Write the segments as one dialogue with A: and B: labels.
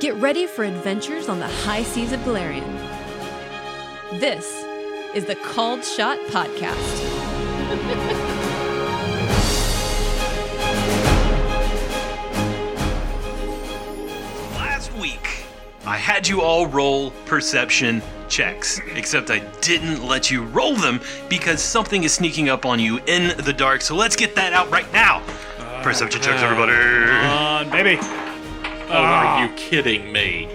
A: Get ready for adventures on the high seas of Galarian. This is the Called Shot Podcast.
B: Last week, I had you all roll perception checks, except I didn't let you roll them because something is sneaking up on you in the dark. So let's get that out right now. Perception checks, everybody.
C: on, baby.
D: Oh, are you kidding me?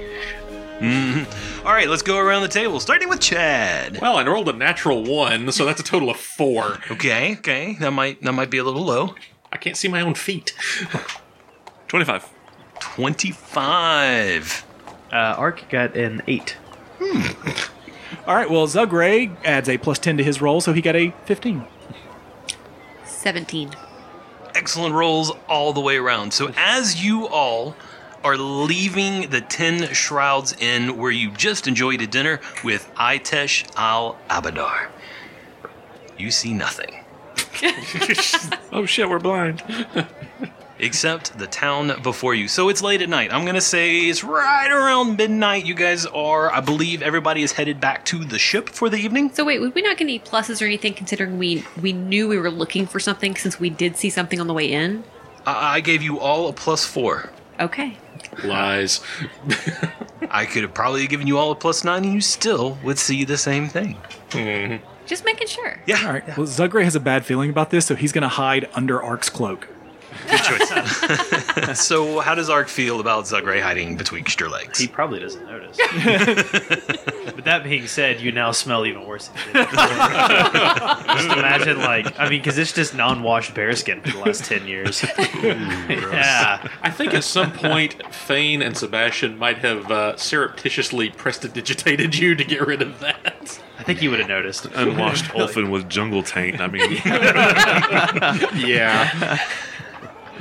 B: All right, let's go around the table, starting with Chad.
D: Well, I rolled a natural one, so that's a total of four.
B: Okay, okay, that might that might be a little low.
D: I can't see my own feet.
C: 25.
B: Twenty-five.
E: Uh, Ark got an eight.
C: All right, well, Zugray adds a plus 10 to his roll, so he got a 15.
A: 17.
B: excellent rolls all the way around. So as you all are leaving the Ten Shrouds Inn where you just enjoyed a dinner with Itesh Al Abadar, you see nothing
D: oh shit, we're blind.
B: except the town before you. So it's late at night. I'm going to say it's right around midnight. You guys are, I believe everybody is headed back to the ship for the evening.
A: So wait, would we not get any pluses or anything considering we we knew we were looking for something since we did see something on the way in?
B: I, I gave you all a plus four.
A: Okay.
D: Lies.
B: I could have probably given you all a plus nine and you still would see the same thing.
A: Just making sure.
B: Yeah.
C: All right, well, Zugray has a bad feeling about this, so he's going to hide under Ark's cloak.
B: So, how does Ark feel about Zugray hiding betwixt your legs?
E: He probably doesn't notice. but that being said, you now smell even worse. Than you did before. just imagine, like, I mean, because it's just non-washed bearskin for the last ten years. yeah,
D: I think at some point, Thane and Sebastian might have uh, surreptitiously prestidigitated you to get rid of that.
E: I think you would have noticed.
F: unwashed Olfin with jungle taint. I mean,
D: Yeah.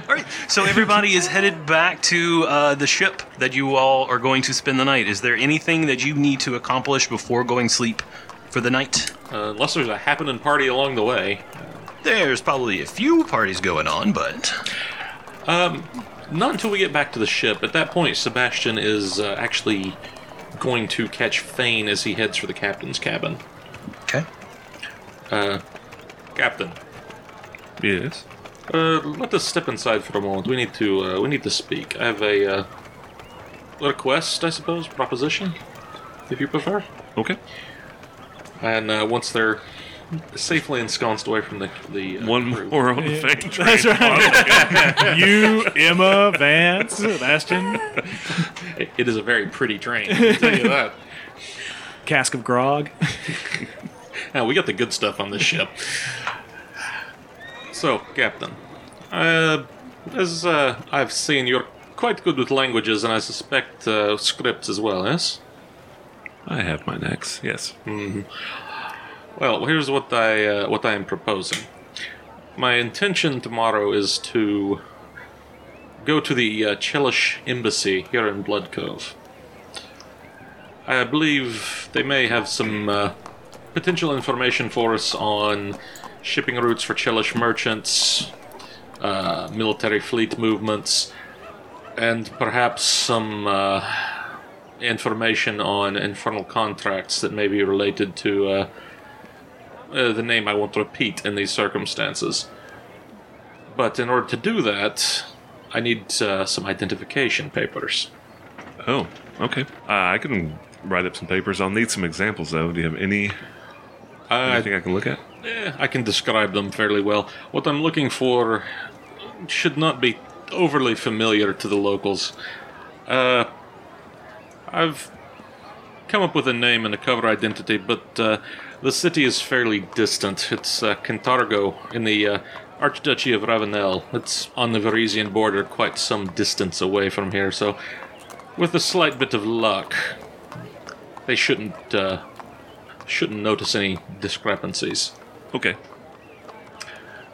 B: All right. So everybody is headed back to uh, the ship that you all are going to spend the night. Is there anything that you need to accomplish before going sleep for the night?
D: Uh, unless there's a happening party along the way.
B: There's probably a few parties going on, but
D: Not until we get back to the ship. At that point, Sebastian is uh, actually going to catch Thane as he heads for the captain's cabin.
B: okay.
D: Captain,
F: yes.
D: Uh, let us step inside for a moment. We need to. Uh, we need to speak. I have a uh, request, I suppose, proposition, if you prefer.
F: Okay.
D: And uh, once they're safely ensconced away from the the uh,
F: One
D: crew.
F: more on the fang train.
C: That's right. you, Emma, Vance, Sebastian,
D: It is a very pretty train. I tell you that.
C: Cask of Grog.
D: Now we got the good stuff on this ship. So, Captain, uh, as uh, I've seen, you're quite good with languages, and I suspect uh, scripts as well. Yes.
F: I have my necks. Yes.
D: Well, here's what I uh, what I am proposing. My intention tomorrow is to go to the uh, Chelish embassy here in Blood Cove. I believe they may have some uh, potential information for us on shipping routes for Chelish merchants, uh, military fleet movements, and perhaps some uh, information on infernal contracts that may be related to. Uh, uh, the name I won't repeat in these circumstances. But in order to do that, I need uh, some identification papers.
F: Oh, okay. Uh, I can write up some papers. I'll need some examples though. Do you have any? I think I can look at.
D: Eh, I can describe them fairly well. What I'm looking for should not be overly familiar to the locals. Uh, I've come up with a name and a cover identity, but uh, the city is fairly distant. It's uh, Cantargo in the uh, Archduchy of Ravenel. It's on the Varisian border, quite some distance away from here, so with a slight bit of luck, they shouldn't. Uh, shouldn't notice any discrepancies.
F: Okay.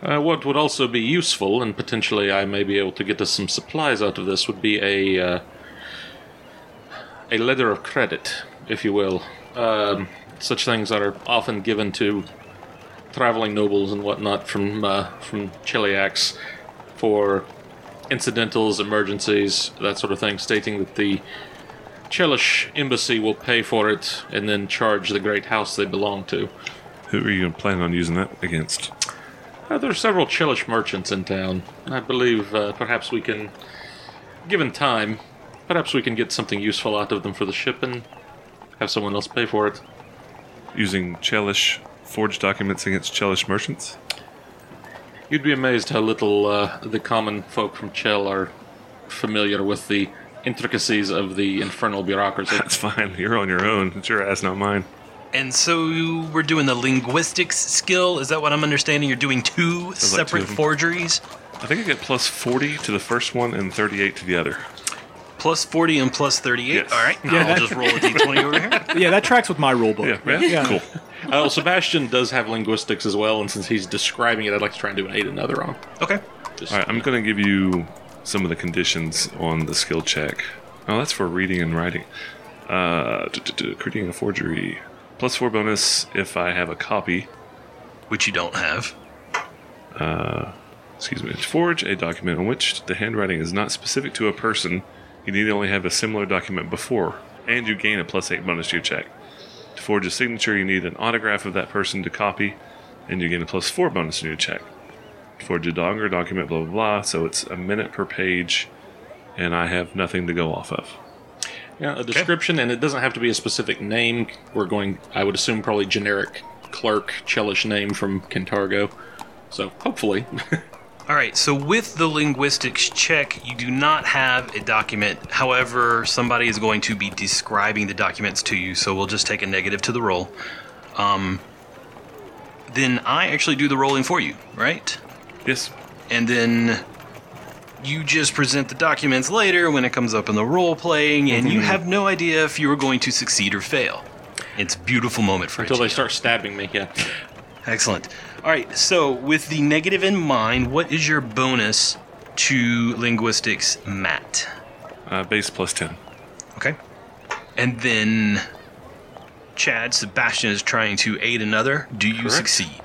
D: Uh, what would also be useful, and potentially I may be able to get us some supplies out of this, would be a uh, a letter of credit, if you will. Um, such things are often given to traveling nobles and whatnot from uh, from Chiliacs for incidentals, emergencies, that sort of thing, stating that the Chelish embassy will pay for it and then charge the great house they belong to.
F: Who are you planning on using that against?
D: Uh, there are several Chelish merchants in town. I believe uh, perhaps we can, given time, perhaps we can get something useful out of them for the ship and have someone else pay for it.
F: Using Chelish forged documents against Chelish merchants?
D: You'd be amazed how little uh, the common folk from Chell are familiar with the intricacies of the infernal bureaucracy. Uh,
F: That's fine. You're on your own. It's your ass, not mine.
B: And so you we're doing the linguistics skill. Is that what I'm understanding? You're doing two
F: two of
B: separate
F: them.
B: forgeries,
F: I think I get plus 40 to the first one and 38 to the other.
B: plus 40 and plus 38.
F: Yes.
B: All right, I'll
C: that-
B: just roll a d20 over here.
C: Yeah, that tracks with my rule book.
F: Yeah, yeah. Cool.
D: Oh, Sebastian does have linguistics as well, and since he's describing it, I'd like to try and do an eight another on.
B: Okay.
D: Just,
F: All right, I'm going to give you some of the conditions on the skill check. Oh, that's for reading and writing. Uh, d- d- d- creating a forgery. Plus four bonus if I have a copy.
B: Which you don't have.
F: Excuse me. To forge a document in which the handwriting is not specific to a person, you need only have a similar document before, and you gain a plus eight bonus to your check. To forge a signature, you need an autograph of that person to copy, and you gain a plus four bonus to your check. To forge a longer document, blah blah blah. So it's a minute per page, and I have nothing to go off of.
D: yeah, a description, and it doesn't have to be a specific name. We're going, I would assume, probably generic clerk Chelish name from Cantargo. So hopefully,
B: All right, so with the linguistics check, you do not have a document. However, somebody is going to be describing the documents to you, so we'll just take a negative to the roll. Um, then I actually do the rolling for you, right?
F: Yes.
B: And then you just present the documents later when it comes up in the role playing, and you have no idea if you are going to succeed or fail. It's a beautiful moment for
D: until
B: Ichigo.
D: they start stabbing me. Yeah,
B: Excellent. All right, so with the negative in mind, what is your bonus to linguistics, Matt?
F: Uh, base plus ten.
B: Okay. And then Chad, Sebastian is trying to aid another. Do you
D: Correct.
B: succeed?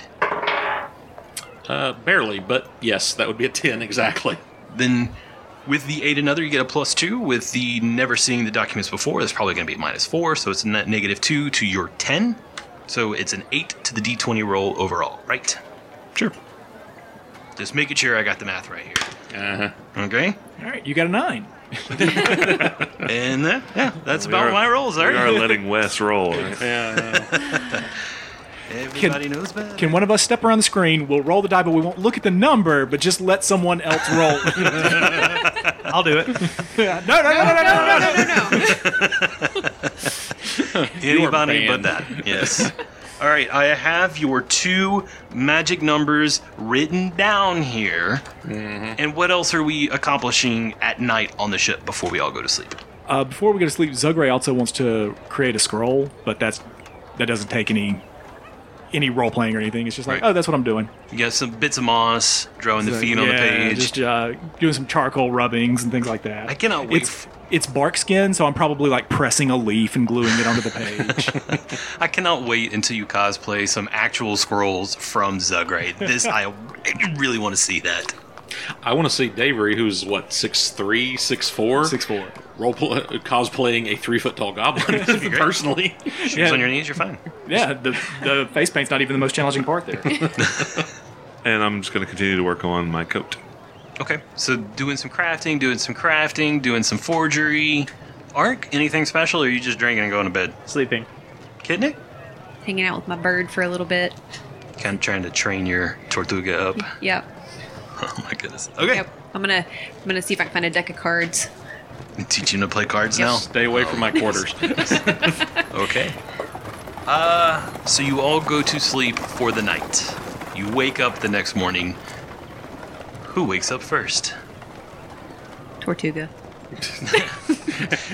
D: uh, barely, but yes, that would be a ten exactly.
B: Then with the aid another, you get a plus two. With the never seeing the documents before, that's probably going to be a minus four, so it's a net negative two to your 10. So it's an eight to the d20 roll overall, right?
F: Sure.
B: Just making sure I got the math right here.
D: Uh-huh.
B: Okay?
C: All right, you got a nine.
B: And that, yeah, that's
F: We
B: about
F: are-
B: my rolls, all
F: We are
B: right?
F: letting Wes roll. right?
B: Everybody knows better.
C: Can one of us step around the screen? We'll roll the die, but we won't look at the number, but just let someone else roll. no,
E: I'll do it.
C: no, no, no, no, no.
G: No, no, no, no.
B: Anybody
D: You are
B: but that. Yes. All right, I have your two magic numbers written down here.
C: Mm-hmm.
B: And what else are we accomplishing at night on the ship before we all go to sleep?
C: Uh, before we go to sleep, Zugray also wants to create a scroll, but that's that doesn't take any any role playing or anything. It's just like,
B: Right.
C: oh, that's what I'm doing.
B: You got some bits of moss, drawing the
C: Like,
B: feet on the
C: yeah,
B: page.
C: Just uh, doing some charcoal rubbings and things like that.
B: I cannot wait.
C: It's it's bark skin, so I'm probably like pressing a leaf and gluing it onto the page.
B: I cannot wait until you cosplay some actual scrolls from Zugrade. This I really want to see that.
D: I want to see Davery, who's what six three, six four,
C: Six four.
D: role pl- cosplaying a three foot tall goblin. personally,
B: Shoes
C: Yeah.
B: on your knees, you're fine.
C: Yeah, the the face paint's not even the most challenging part there.
F: And I'm just going to continue to work on my coat.
B: Okay, so doing some crafting, doing some crafting, doing some forgery. Ark, anything special, or are you just drinking and going to bed?
E: Sleeping.
B: Kidney?
G: Hanging out with my bird for a little bit.
B: Kind of trying to train your Tortuga up.
G: Yep.
B: Oh my goodness. Okay.
G: Yep. I'm gonna I'm gonna see if I can find a deck of cards.
B: Teaching him to play cards now.
D: stay away from my quarters.
B: Okay. Uh, so you all go to sleep for the night. You wake up the next morning. Who wakes up first?
G: Tortuga.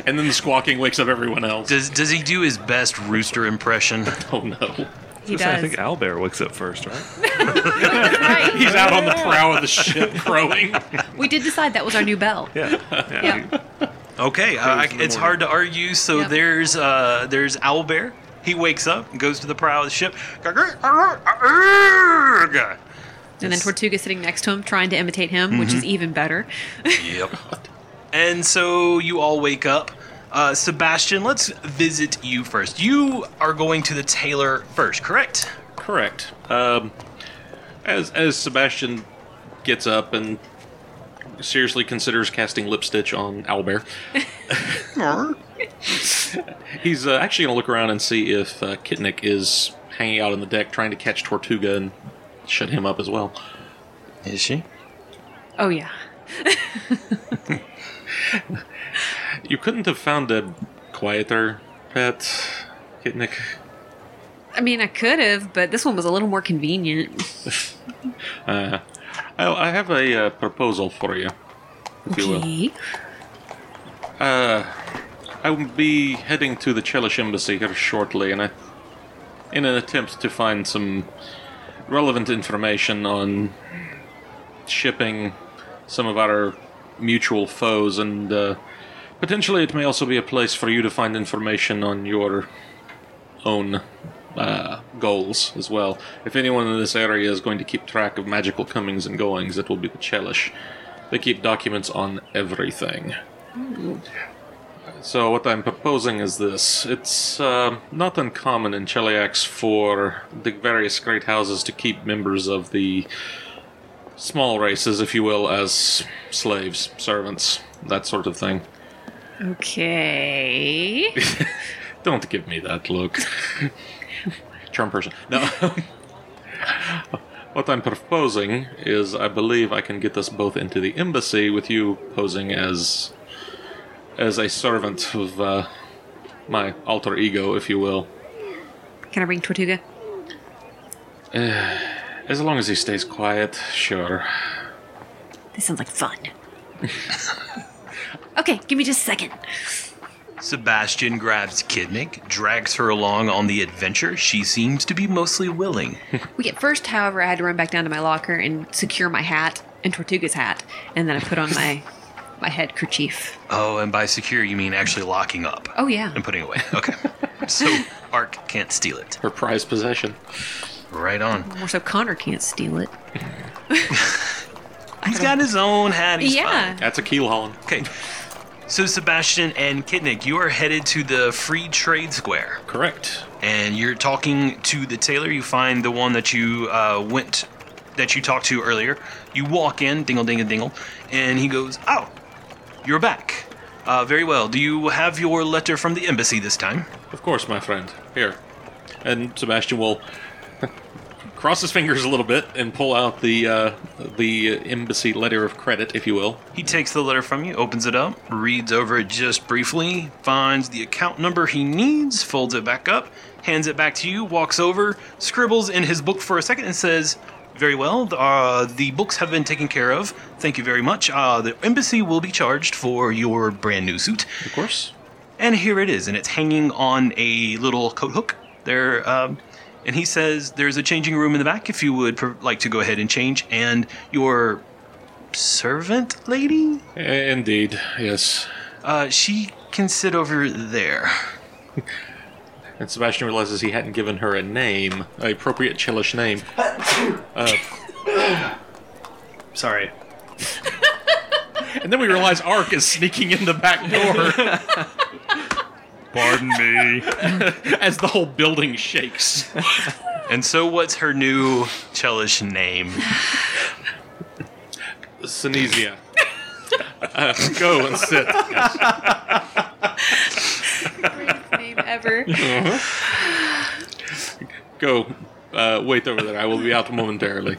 D: and then the squawking wakes up everyone else.
B: Does does he do his best rooster impression?
D: Oh no.
G: He
F: So I
G: does.
F: think uh, Owlbear wakes up first, right?
G: right.
D: He's out on the prow of the ship crowing.
G: We did decide that was our new bell.
F: Yeah. Yeah.
G: Yeah.
B: Okay, uh, I-
D: in the
B: it's
D: morning.
B: hard to argue. So
G: Yep.
B: there's uh, there's Owlbear. He wakes up, goes to the prow of the ship,
G: And then Tortuga sitting next to him, trying to imitate him, which
F: Mm-hmm.
G: is even better.
B: Yep. And so you all wake up. Uh, Sebastian, let's visit you first. You are going to the tailor first, correct?
D: Correct. Um, as as Sebastian gets up and seriously considers casting lip stitch on Owlbear, he's uh, actually going to look around and see if uh, Kitnik is hanging out on the deck trying to catch Tortuga and shut him up as well.
B: Is she?
G: Oh, yeah.
D: You couldn't have found a quieter pet, Kitnik.
G: I mean, I could have, but this one was a little more convenient.
D: Uh, I, I have a uh, proposal for you, if you will.
G: Okay.
D: I will be heading to the Chelish embassy here shortly, and I, in an attempt to find some relevant information on shipping some of our mutual foes, and uh, potentially it may also be a place for you to find information on your own uh, goals as well. If anyone in this area is going to keep track of magical comings and goings, it will be the Chelish. They keep documents on everything. So what I'm proposing is this: it's uh, not uncommon in Cheliax for the various great houses to keep members of the small races, if you will, as slaves, servants, that sort of thing.
G: Okay.
D: Don't give me that look. Charm person. No. what I'm proposing is I believe I can get us both into the embassy with you posing as as a servant of uh, my alter ego, if you will.
G: Can I bring Tortuga?
D: As long as he stays quiet, sure.
G: This sounds like fun. okay, give me just a second.
B: Sebastian grabs Kidnick, drags her along on the adventure. She seems to be mostly willing.
G: We at first, however, I had to run back down to my locker and secure my hat and Tortuga's hat, and then I put on my my head kerchief.
B: Oh, and by secure, you mean actually locking up
G: Oh yeah.
B: and putting away. Okay. so Ark can't steal it.
D: Her prized possession.
B: Right on.
G: More so, Connor can't steal it.
B: He's got his own hat. He's fine.
G: yeah.
D: That's a keel hauling.
B: Okay. So Sebastian and Kitnick, you are headed to the Free Trade Square,
D: Correct.
B: and you're talking to the tailor. You find the one that you uh, went, that you talked to earlier. You walk in, dingle, dingle, dingle, and he goes, "Oh, you're back. Uh, very well. Do you have your letter from the embassy this time?"
D: Of course, my friend. Here. And Sebastian will cross his fingers a little bit and pull out the uh, the embassy letter of credit, if you will.
B: He takes the letter from you, opens it up, reads over it just briefly, finds the account number he needs, folds it back up, hands it back to you, walks over, scribbles in his book for a second, and says, Very well, th- uh, the books have been taken care of. Thank you very much. Uh, the embassy will be charged for your brand new suit.
D: Of course.
B: And here it is, and it's hanging on a little coat hook there. Um, and he says, "There's a changing room in the back. If you would pr- like to go ahead and change, and your servant lady,
D: I- Indeed, yes.
B: uh, she can sit over there."
D: And Sebastian realizes he hadn't given her a name, an appropriate Chelish name.
E: Sorry.
D: And then we realize Ark is sneaking in the back door
C: Pardon me.
D: as the whole building shakes.
B: And so, what's her new Chelish name?
D: Synesia. Uh, go and sit.
G: Greatest name ever.
D: Go. Uh, wait over there. I will be out momentarily.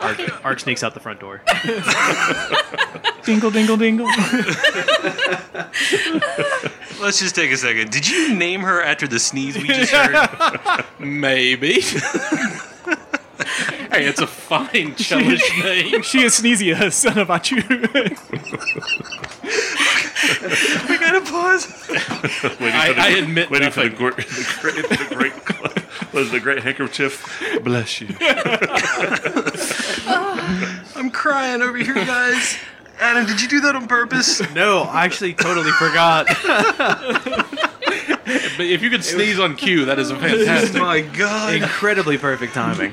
E: Ark sneaks out the front door.
C: dingle, dingle, dingle.
B: Let's just take a second. Did you name her after the sneeze we just heard?
D: Maybe. hey, it's a fine Chelish name.
C: she is Sneezia, son of Achu.
B: we gotta pause.
F: Waiting
D: I,
F: for the-
D: I admit
F: Waiting for
D: nothing.
F: the, gr- the great, the great, was the great handkerchief. Bless you.
B: I'm crying over here, guys. Adam, did you do that on purpose?
E: No, I actually totally forgot.
D: But if you could sneeze on cue, that is a fantastic.
B: My God.
E: Incredibly perfect timing.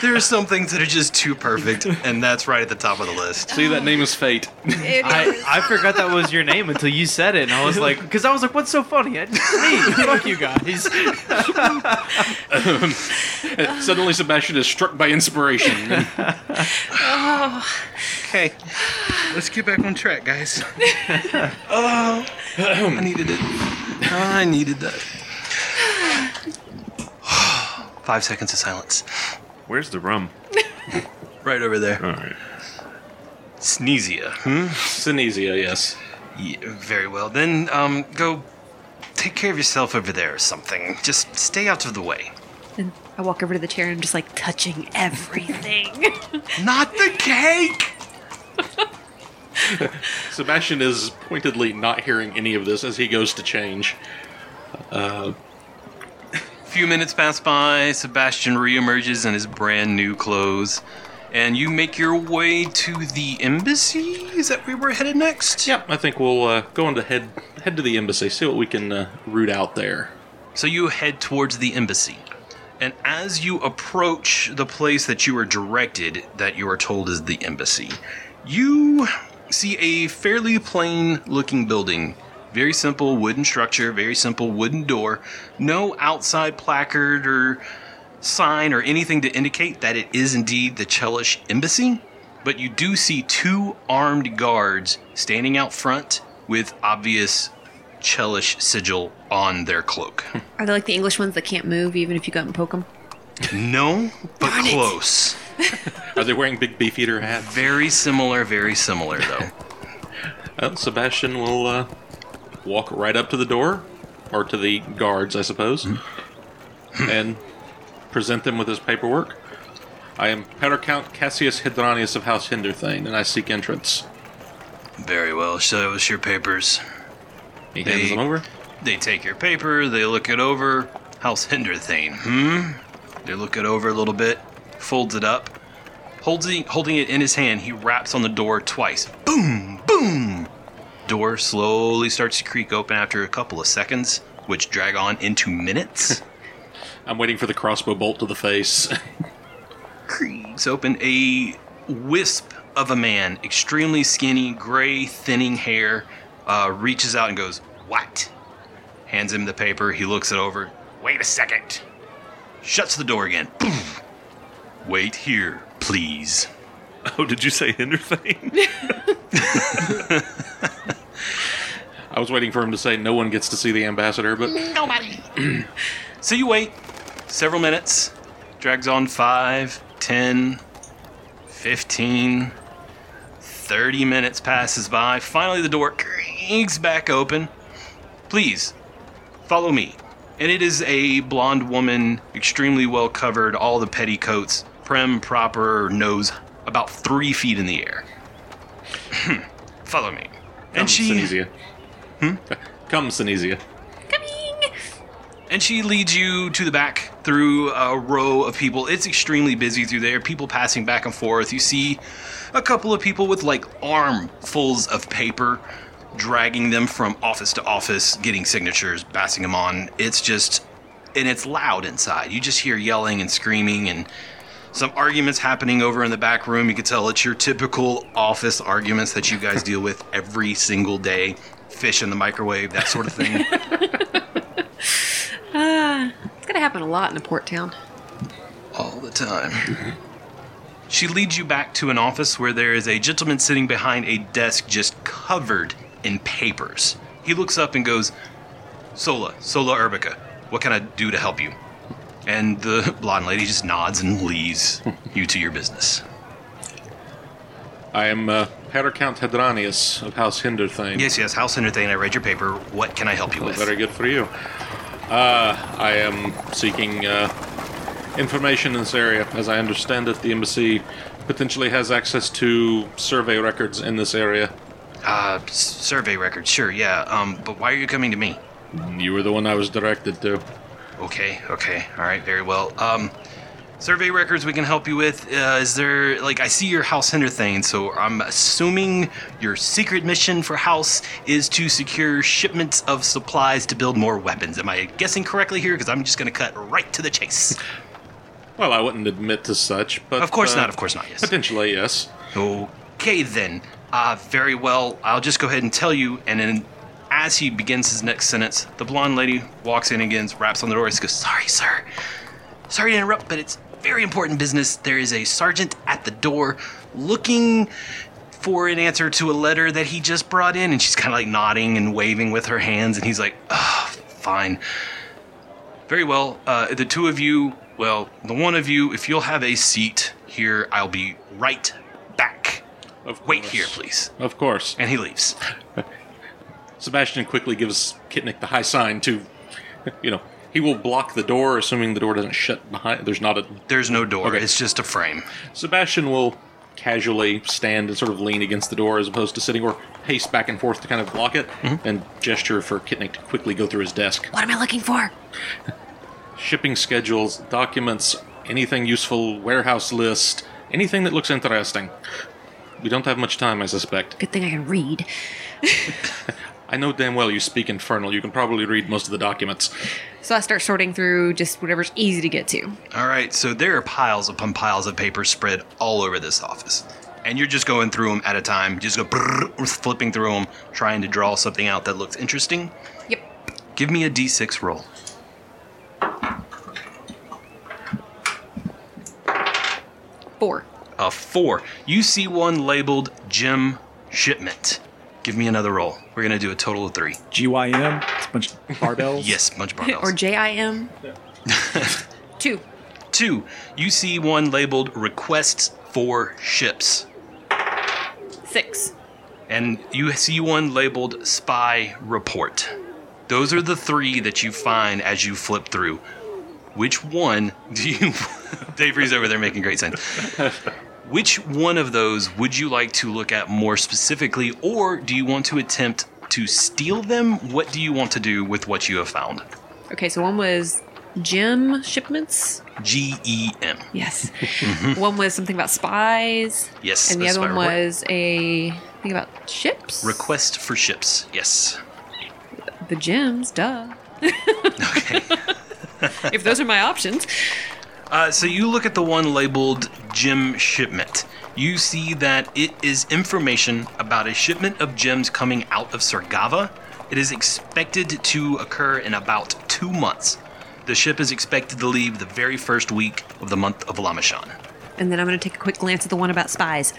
B: There are some things that are just too perfect, and that's right at the top of the list.
H: See, that name is fate.
G: It
E: I,
G: is-
E: I forgot that was your name until you said it, and I was like, because I was like, what's so funny? I just, hey, fuck you guys.
H: Suddenly, Sebastian is struck by inspiration.
B: Okay, let's get back on track, guys. oh, I needed it. I needed that. Five seconds of silence.
F: Where's the rum?
B: Right over there.
F: All right.
B: Sneezia.
D: Synesia, yes.
B: Yeah, very well. Then, um, go take care of yourself over there or something. Just stay out of the way.
G: and I walk over to the chair and I'm just like touching everything.
B: Not the cake!
D: Sebastian is pointedly not hearing any of this as he goes to change.
B: few minutes pass by. Sebastian reemerges in his brand new clothes, and you make your way to the embassy. Is that where we're headed next?
D: Yep, I think we'll uh, go on to head head to the embassy, see what we can uh, root out there.
B: So you head towards the embassy, and as you approach the place that you are directed, that you are told is the embassy, you see a fairly plain-looking building. Very simple wooden structure, very simple wooden door, no outside placard or sign or anything to indicate that it is indeed the Chelish embassy, but you do see two armed guards standing out front with obvious Chelish sigil on their cloak.
G: Are they like the English ones that can't move even if you go out and poke them?
B: No, but close.
D: Are they wearing big beefeater hats?
B: Very similar, very similar though.
D: Uh, Sebastian will uh, walk right up to the door, or to the guards, I suppose,
B: Mm-hmm.
D: and present them with his paperwork. I am Petter Count Cassius Hidranius of House Hinderthane, and I seek entrance.
B: very well. Show us your papers.
D: He hands
B: Hey.
D: them over.
B: They take your paper, they look it over. House Hinderthane, hmm? They look it over a little bit, folds it up. Holds the, holding it in his hand, he raps on the door twice. Boom! Boom! Door slowly starts to creak open after a couple of seconds, which drag on into minutes.
D: I'm waiting for the crossbow bolt to the face.
B: creaks open a wisp of a man, extremely skinny, gray, thinning hair, uh, reaches out and goes, What? Hands him the paper. He looks it over. Wait a second. Shuts the door again. Boom. Wait here, please.
F: Oh, did you say Hinder thing?
D: I was waiting for him to say no one gets to see the ambassador, but
B: So you wait several minutes. Drags on 5, 10, 15, 30 minutes passes by. Finally, the door creaks back open. Please, follow me. And it is a blonde woman, extremely well covered, all the petticoats, prim, proper, nose about three feet in the air. follow me.
D: come,
B: And she Hmm?
D: Synesia. Come, Synesia.
B: And she leads you to the back through a row of people. It's extremely busy through there. People passing back and forth. You see a couple of people with like armfuls of paper, dragging them from office to office, getting signatures, passing them on. It's just, and it's loud inside. You just hear yelling and screaming and some arguments happening over in the back room. You can tell it's your typical office arguments that you guys deal with every single day. Fish in the microwave, that sort of thing.
G: It's gonna happen a lot in a port town.
B: all the time. she leads you back to an office where there is a gentleman sitting behind a desk just covered in papers. He looks up and goes, Sola, Sola Urbica, what can I do to help you? And the blonde lady just nods and leaves you to your business.
D: I am uh, Petter Count Hidranius of House Hinderthane.
B: Yes, yes, House Entertain, I read your paper. What can I help you
D: Well,
B: with?
D: Very good for you. Uh, I am seeking uh, information in this area. As I understand it, the embassy potentially has access to survey records in this area.
B: Uh, s- survey records, sure, yeah. Um, but why are you coming to me?
D: You were the one I was directed to.
B: Okay, okay. All right, very well. Um, survey records we can help you with. Uh, is there, like, I see your House Hinder thing, so I'm assuming your secret mission for House is to secure shipments of supplies to build more weapons. Am I guessing correctly here? Because I'm just going to cut right to the chase.
D: Well, I wouldn't admit to such, but
B: Of course
D: uh,
B: not. Of course not. Yes.
D: Potentially, yes.
B: Okay then. Uh, very well. I'll just go ahead and tell you. And then, as he begins his next sentence, the blonde lady walks in again, raps on the door. She goes, "Sorry, sir. Sorry to interrupt, but it's very important business. There is a sergeant at the door, looking." For an answer to a letter that he just brought in, and she's kind of like nodding and waving with her hands, and he's like, "Ah, fine." Very well. Uh, the two of you, well, the one of you, if you'll have a seat here, I'll be right back.
D: Of
B: Wait
D: course.
B: here, please.
D: Of course.
B: And he leaves.
D: Sebastian quickly gives Kitnick the high sign to, you know, he will block the door, assuming the door doesn't shut behind. There's not a.
B: There's no door,
D: Okay.
B: it's just a frame.
D: Sebastian will casually stand and sort of lean against the door as opposed to sitting or pace back and forth to kind of block it and gesture for Kitnick to quickly go through his desk.
G: What am I looking for?
D: Shipping schedules, documents, anything useful, warehouse list, anything that looks interesting. We don't have much time, I suspect.
G: Good thing I can read.
D: I know damn well you speak Infernal. You can probably read most of the documents.
G: So I start sorting through just whatever's easy to get to.
B: All right, so there are piles upon piles of papers spread all over this office. And you're just going through them at a time, just go brrr, flipping through them, trying to draw something out that looks interesting.
G: Yep.
B: Give me a d6 roll.
G: Four.
B: A four. You see one labeled Jim Shipment. Give me another roll. We're going to do a total of three.
C: GYM, it's a bunch of barbells.
B: Yes, bunch of barbells.
G: Or JIM. Two.
B: Two, you see one labeled requests for ships,
G: Six.
B: and you see one labeled spy report. Those are the three that you find as you flip through. Which one do you. Dave Rees over there making great sense. Which one of those would you like to look at more specifically, or do you want to attempt to steal them? What do you want to do with what you have found?
G: Okay, so one was gym shipments.
B: G E M.
G: Yes. one was something about spies.
B: Mm-hmm. Yes,
G: And the
B: a
G: other
B: spy
G: one
B: report.
G: was a thing about ships.
B: Request for ships. Yes.
G: the gyms, duh. if those are my options.
B: Uh, so you look at the one labeled gem shipment. You see that it is information about a shipment of gems coming out of Sargava. It is expected to occur in about two months. The ship is expected to leave the very first week of the month of Lamashan.
G: And then I'm going to take a quick glance at the one about spies.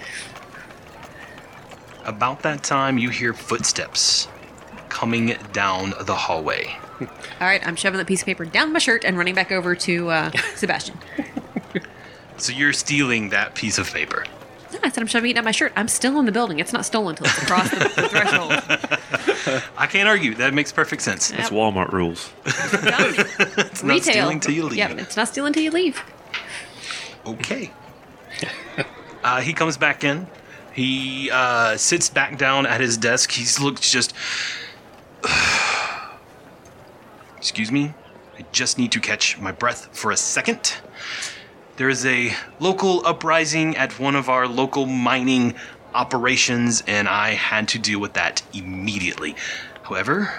B: About that time, you hear footsteps coming down the hallway.
G: All right, I'm shoving that piece of paper down my shirt and running back over to uh, Sebastian.
B: So you're stealing that piece of paper.
G: No, I said I'm shoving it down my shirt. I'm still in the building. It's not stolen until it's across the, the threshold.
B: I can't argue. That makes perfect sense.
F: It's Walmart rules.
G: Done. it's
B: not stealing till you leave.
G: Yep, it's not stealing till you leave.
B: Okay. uh, he comes back in. He uh, sits back down at his desk. He's looks just. Excuse me. I just need to catch my breath for a second. There is a local uprising at one of our local mining operations, and I had to deal with that immediately. However,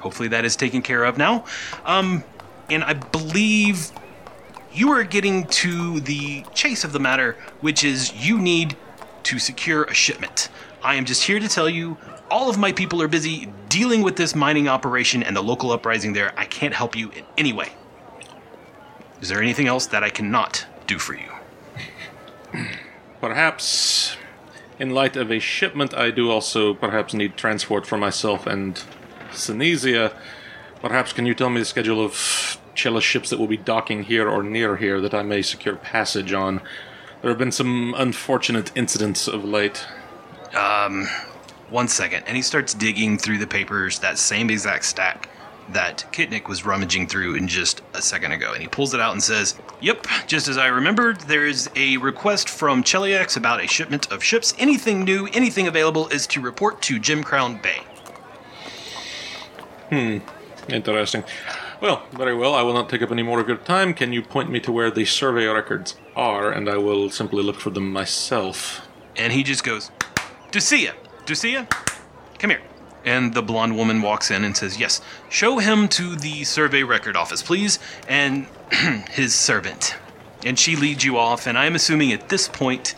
B: hopefully that is taken care of now. Um, and I believe you are getting to the chase of the matter, which is you need to secure a shipment. I am just here to tell you all of my people are busy dealing with this mining operation and the local uprising there. I can't help you in any way. Is there anything else that I cannot do for you?
D: Perhaps, in light of a shipment, I do also perhaps need transport for myself and Sinesia. Perhaps can you tell me the schedule of Chella ships that will be docking here or near here that I may secure passage on? There have been some unfortunate incidents of late.
B: One second. And he starts digging through the papers, that same exact stack that Kitnick was rummaging through in just a second ago. And he pulls it out and says, Yep, just as I remembered, there is a request from Cheliax about a shipment of ships. Anything new, anything available is to report to Jim Crown Bay.
D: Interesting. Well, very well. I will not take up any more of your time. Can you point me to where the survey records are, and I will simply look for them myself?
B: And he just goes, Ducia, Ducia, come here. And the blonde woman walks in and says, Yes, show him to the survey record office, please, and his servant. and she leads you off. And I'm assuming at this point,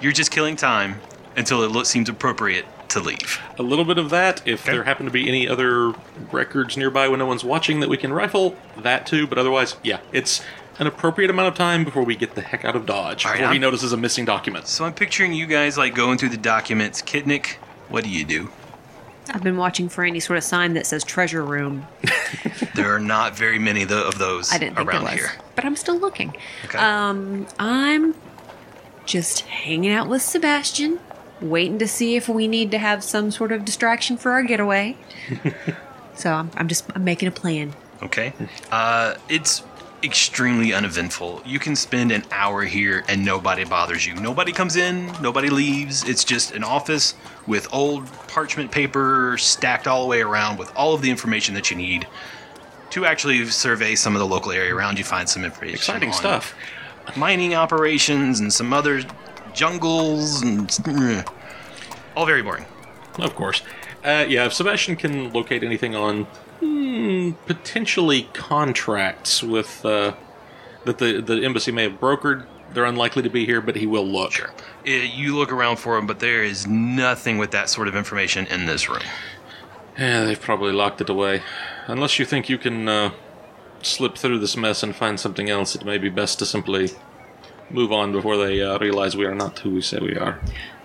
B: you're just killing time until it looks, seems appropriate to leave.
D: A little bit of that. If there happen to be any other records nearby when no one's watching that we can rifle, that too. But otherwise, yeah, it's an appropriate amount of time before we get the heck out of Dodge.
B: right,
D: before he
B: I'm-
D: notices a missing document.
B: So I'm picturing you guys like going through the documents. Kidnick, what do you do?
G: I've been watching for any sort of sign that says treasure room.
B: There are not very many tho- of those
G: I didn't think there
B: around
G: was,
B: here.
G: but I'm still looking.
B: Okay.
G: Um, I'm just hanging out with Sebastian, waiting to see if we need to have some sort of distraction for our getaway. so I'm, I'm just I'm making a plan.
B: Okay. Uh, it's extremely uneventful. You can spend an hour here and nobody bothers you. Nobody comes in, nobody leaves. It's just an office with old parchment paper stacked all the way around with all of the information that you need to actually survey some of the local area around you, find some information.
D: Exciting
B: on
D: stuff.
B: Mining operations and some other jungles and all very boring.
D: Of course. Uh, yeah, if Sebastian can locate anything on hmm, potentially contracts with uh, that the the embassy may have brokered, they're unlikely to be here, but he will look. Sure.
B: Uh, you look around for them, but there is nothing with that sort of information in this room.
D: Yeah, they've probably locked it away. Unless you think you can uh, slip through this mess and find something else, it may be best to simply move on before they uh, realize we are not who we say we are.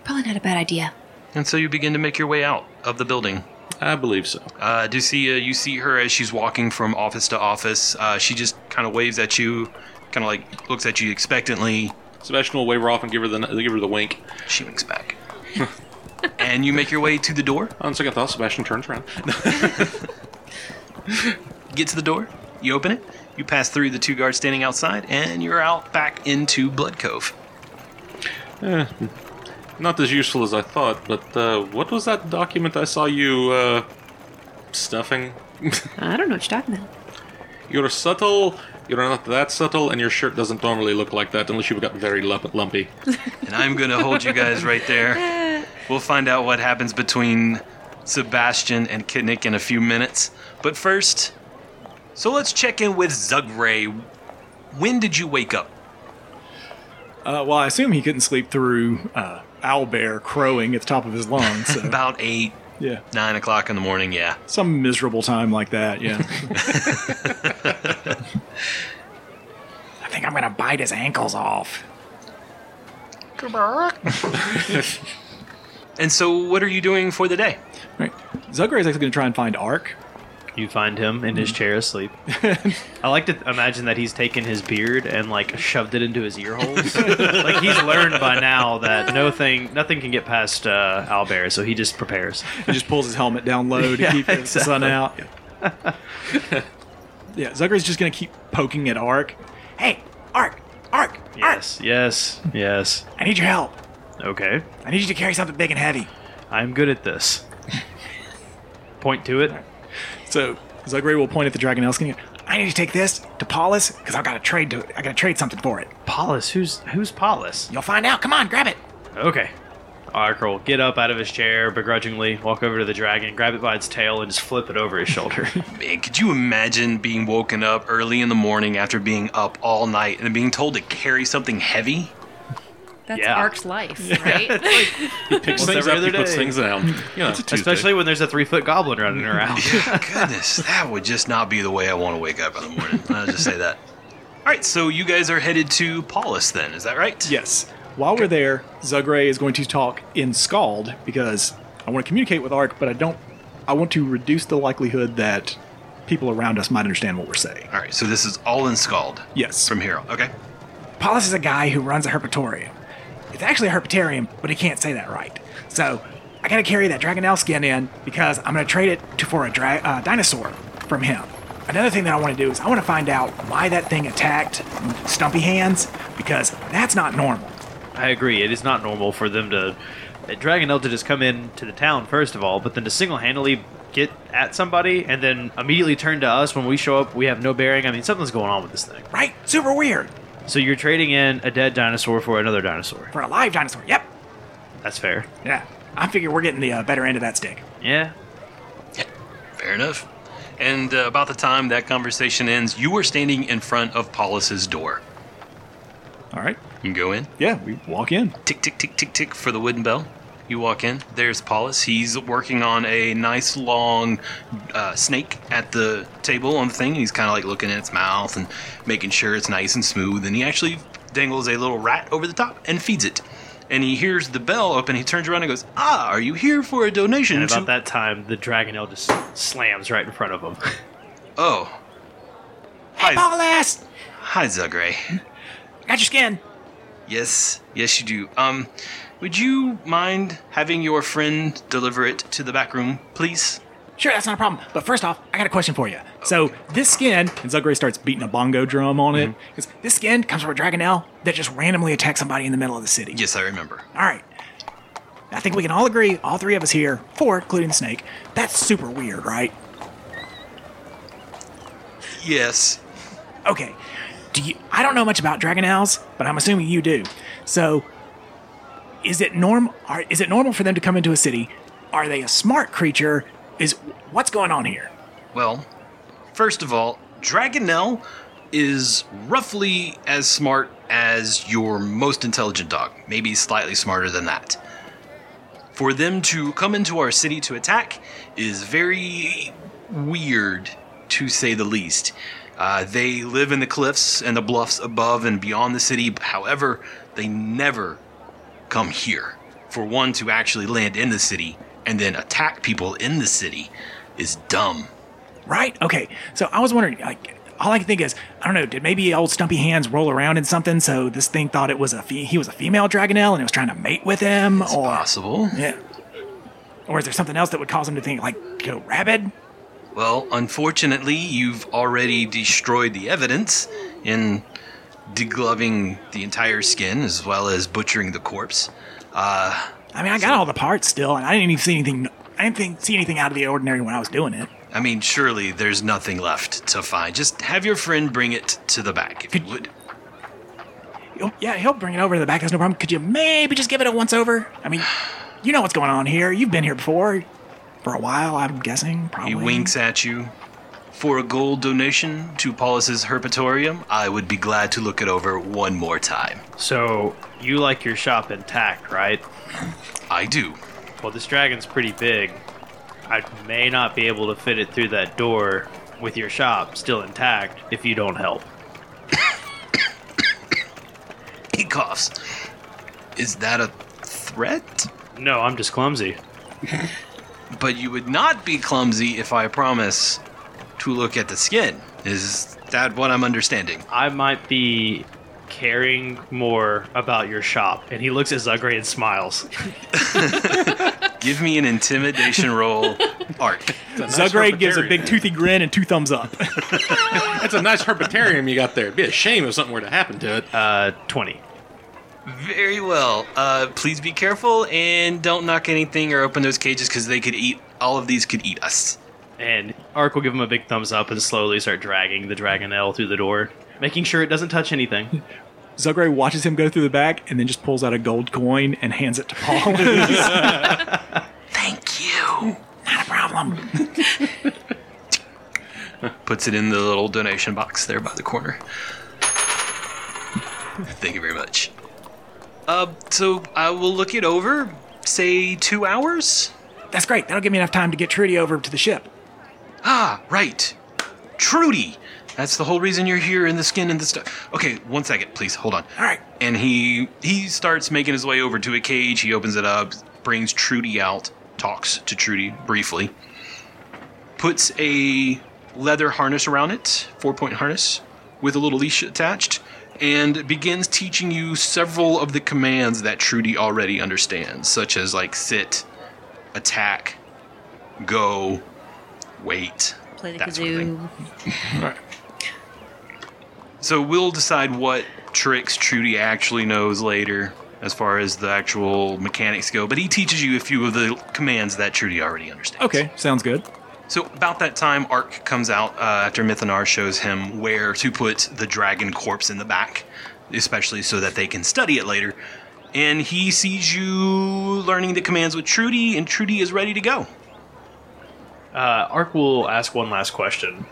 G: Probably not a bad idea.
B: And so you begin to make your way out of the building.
D: I believe so.
B: Uh, Ducia, you see her as she's walking from office to office. Uh, she just kind of waves at you, kind of like looks at you expectantly.
D: Sebastian will wave her off and give her the give her the wink.
B: She winks back. and you make your way to the door.
D: On second thought, Sebastian turns around.
B: Get to the door. You open it. You pass through the two guards standing outside, and you're out back into Blood Cove.
D: Not as useful as I thought, but uh, what was that document I saw you uh, stuffing?
G: I don't know what you're talking about.
D: You're subtle, you're not that subtle, and your shirt doesn't normally look like that unless you've got very lump- lumpy.
B: And I'm going to hold you guys right there. We'll find out what happens between Sebastian and Kitnick in a few minutes. But first, so let's check in with Zugray. When did you wake up?
C: Uh, well, I assume he couldn't sleep through uh, owl bear crowing at the top of his lungs. So,
B: About 8,
C: yeah,
B: 9 o'clock in the morning, yeah.
C: some miserable time like that. Yeah. I think I'm gonna bite his ankles off.
B: And so, what are you doing for the day?
C: Right. Zugra is actually gonna try and find Ark.
E: You find him in his chair asleep. I like to imagine that he's taken his beard and like shoved it into his ear holes. like he's learned by now that no thing, nothing can get past uh, Albert, so he just prepares.
C: He just pulls his helmet down low to
E: Yeah,
C: keep the
E: exactly.
C: sun out. yeah, Zucker's just gonna keep poking at Ark. Hey, Ark, Ark,
E: Yes, yes, yes.
C: Ark! I need your help.
E: Okay,
C: I need you to carry something big and heavy.
E: I'm good at this. Point to it.
C: So Zugray will point at the dragon elf skin. I need to take this to Paulus because I've got to trade. To, I got to trade something for it.
E: Paulus, who's who's Paulus?
C: You'll find out. Come on, grab it.
E: Okay. Arker will get up out of his chair begrudgingly, walk over to the dragon, grab it by its tail, and just flip it over his shoulder.
B: Man, could you imagine being woken up early in the morning after being up all night and being told to carry something heavy?
G: That's
E: Yeah.
G: Ark's life, right?
D: Picks
E: Well,
D: things
E: every
D: up,
E: other
D: he puts
E: day.
D: things down. You know.
E: Especially when there's a three foot goblin running around.
B: Goodness, that would just not be the way I want to wake up in the morning. I'll just say that. All right, so you guys are headed to Paulus then, is that right?
C: Yes. While we're there, Zugray is going to talk in Scald because I want to communicate with Ark, but I don't. I want to reduce the likelihood that people around us might understand what we're saying.
B: All right, so this is all in Scald.
C: Yes.
B: From here on. Okay.
C: Paulus is a guy who runs a herpetarium. It's actually a herpetarium, but he can't say that right. So I gotta carry that dragon elf skin in because I'm gonna trade it to, for a dra- uh, dinosaur from him. Another thing that I want to do is I want to find out why that thing attacked Stumpy Hands because that's not normal.
E: I agree. It is not normal for them to. uh, Dragon Elf to just come in to the town, first of all, but then to single handedly get at somebody and then immediately turn to us when we show up. We have no bearing. I mean, something's going on with this thing.
C: Right? Super weird
E: So you're trading in a dead dinosaur for another dinosaur.
C: for a live dinosaur. Yep.
E: That's fair.
C: Yeah. I figure we're getting the uh, better end of that stick.
E: Yeah.
B: Fair enough. And uh, about the time that conversation ends, you are standing in front of Paulus's door.
C: All right.
B: You can go in.
C: Yeah, we walk in.
B: tick tick tick tick tick for the wooden bell. You walk in. There's Paulus. He's working on a nice long uh, snake at the table on the thing. He's kind of like looking at its mouth and making sure it's nice and smooth. And he actually dangles a little rat over the top and feeds it. And he hears the bell up and he turns around and goes, "Ah, are you here for a donation?"
E: And
B: to-"
E: about that time, the dragon Dragonel just slams right in front of him.
B: Oh, Hi.
C: Hey, Paulus!
B: hi, Zugray.
C: Got your skin.
B: Yes, yes, you do. Um, would you mind having your friend deliver it to the back room, please?
C: Sure, that's not a problem. But first off, I got a question for you. So this skin, and Zugray starts beating a bongo drum on it. It's- This skin comes from a dragonel that just randomly attacks somebody in the middle of the city.
B: Yes, I remember.
C: All right. I think we can all agree, all three of us here, four including the snake. That's super weird, right?
B: Yes,
C: Okay. Do you? I don't know much about dragon owls, but I'm assuming you do. So, is it norm? Are, is it normal for them to come into a city? Are they a smart creature? Is what's going on here?
B: Well, first of all, Dragonel is roughly as smart as your most intelligent dog, maybe slightly smarter than that. For them to come into our city to attack is very weird, to say the least. Uh, they live in the cliffs and the bluffs above and beyond the city, however, they never come here. For one to actually land in the city and then attack people in the city is dumb.
C: Right? Okay. So I was wondering, like, all I can think is, I don't know, did maybe old Stumpy Hands roll around in something? So this thing thought it was a fe- he was a female dragonel and it was trying to mate with him, or
B: Possible.
C: yeah, or is there something else that would cause him to think like go rabid?
B: Well, unfortunately, you've already destroyed the evidence in degloving the entire skin as well as butchering the corpse. Uh,
C: I mean, I got all the parts still, and I didn't even see anything. I didn't think, see anything out of the ordinary when I was doing it.
B: I mean, surely there's nothing left to find. Just have your friend bring it to the back, if you would.
C: He'll- yeah, he'll bring it over to the back. That's no problem. Could you maybe just give it a once over? I mean, you know what's going on here. You've been here before, for a while. I'm guessing. Probably.
B: He winks at you. For a gold donation to Paulus's Herpetarium, I would be glad to look it over one more time.
E: so you like your shop intact, right?
B: I do.
E: Well, this dragon's pretty big. I may not be able to fit it through that door with your shop still intact if you don't help.
B: He coughs. Is that a threat?
E: No, I'm just clumsy.
B: But you would not be clumsy if I promise to look at the skin. Is that what I'm understanding?
E: I might be caring more about your shop. And he looks at Zugray and smiles.
B: Give me an intimidation roll, Art.
C: Zugray gives a big
H: herpetarium.
C: toothy grin and two thumbs up.
H: That's a nice herpetarium you got there. It'd be a shame if something were to happen to it.
E: Uh, 20.
B: Very well. Uh, please be careful and don't knock anything or open those cages because they could eat. All of these could eat us.
E: And Ark will give him a big thumbs up and slowly start dragging the Dragonel through the door, making sure it doesn't touch anything.
C: Zugray watches him go through the back and then just pulls out a gold coin and hands it to Paul. Not
B: Thank you.
C: a problem.
B: Puts it in the little donation box there by the corner. Thank you very much. Uh, so I will look it over. Say two hours.
C: That's great. That'll give me enough time to get Trudy over to the ship.
B: Ah, right. Trudy. That's the whole reason you're here in the skin and the stuff. Okay, one second, please. Hold on.
C: All right.
B: And he he starts making his way over to a cage. He opens it up, brings Trudy out, talks to Trudy briefly, puts a leather harness around it, four-point harness with a little leash attached, and begins teaching you several of the commands that Trudy already understands, such as like sit, attack, go, wait,
G: Play the
B: that sort of thing.
G: kazoo.
B: So we'll decide what tricks Trudy actually knows later as far as the actual mechanics go, but he teaches you a few of the commands that Trudy already understands.
C: Okay, sounds good.
B: So about that time, Ark comes out uh, after Mythanar shows him where to put the dragon corpse in the back, especially so that they can study it later. And he sees you learning the commands with Trudy, and Trudy is ready to go.
E: Uh, Ark will ask one last question.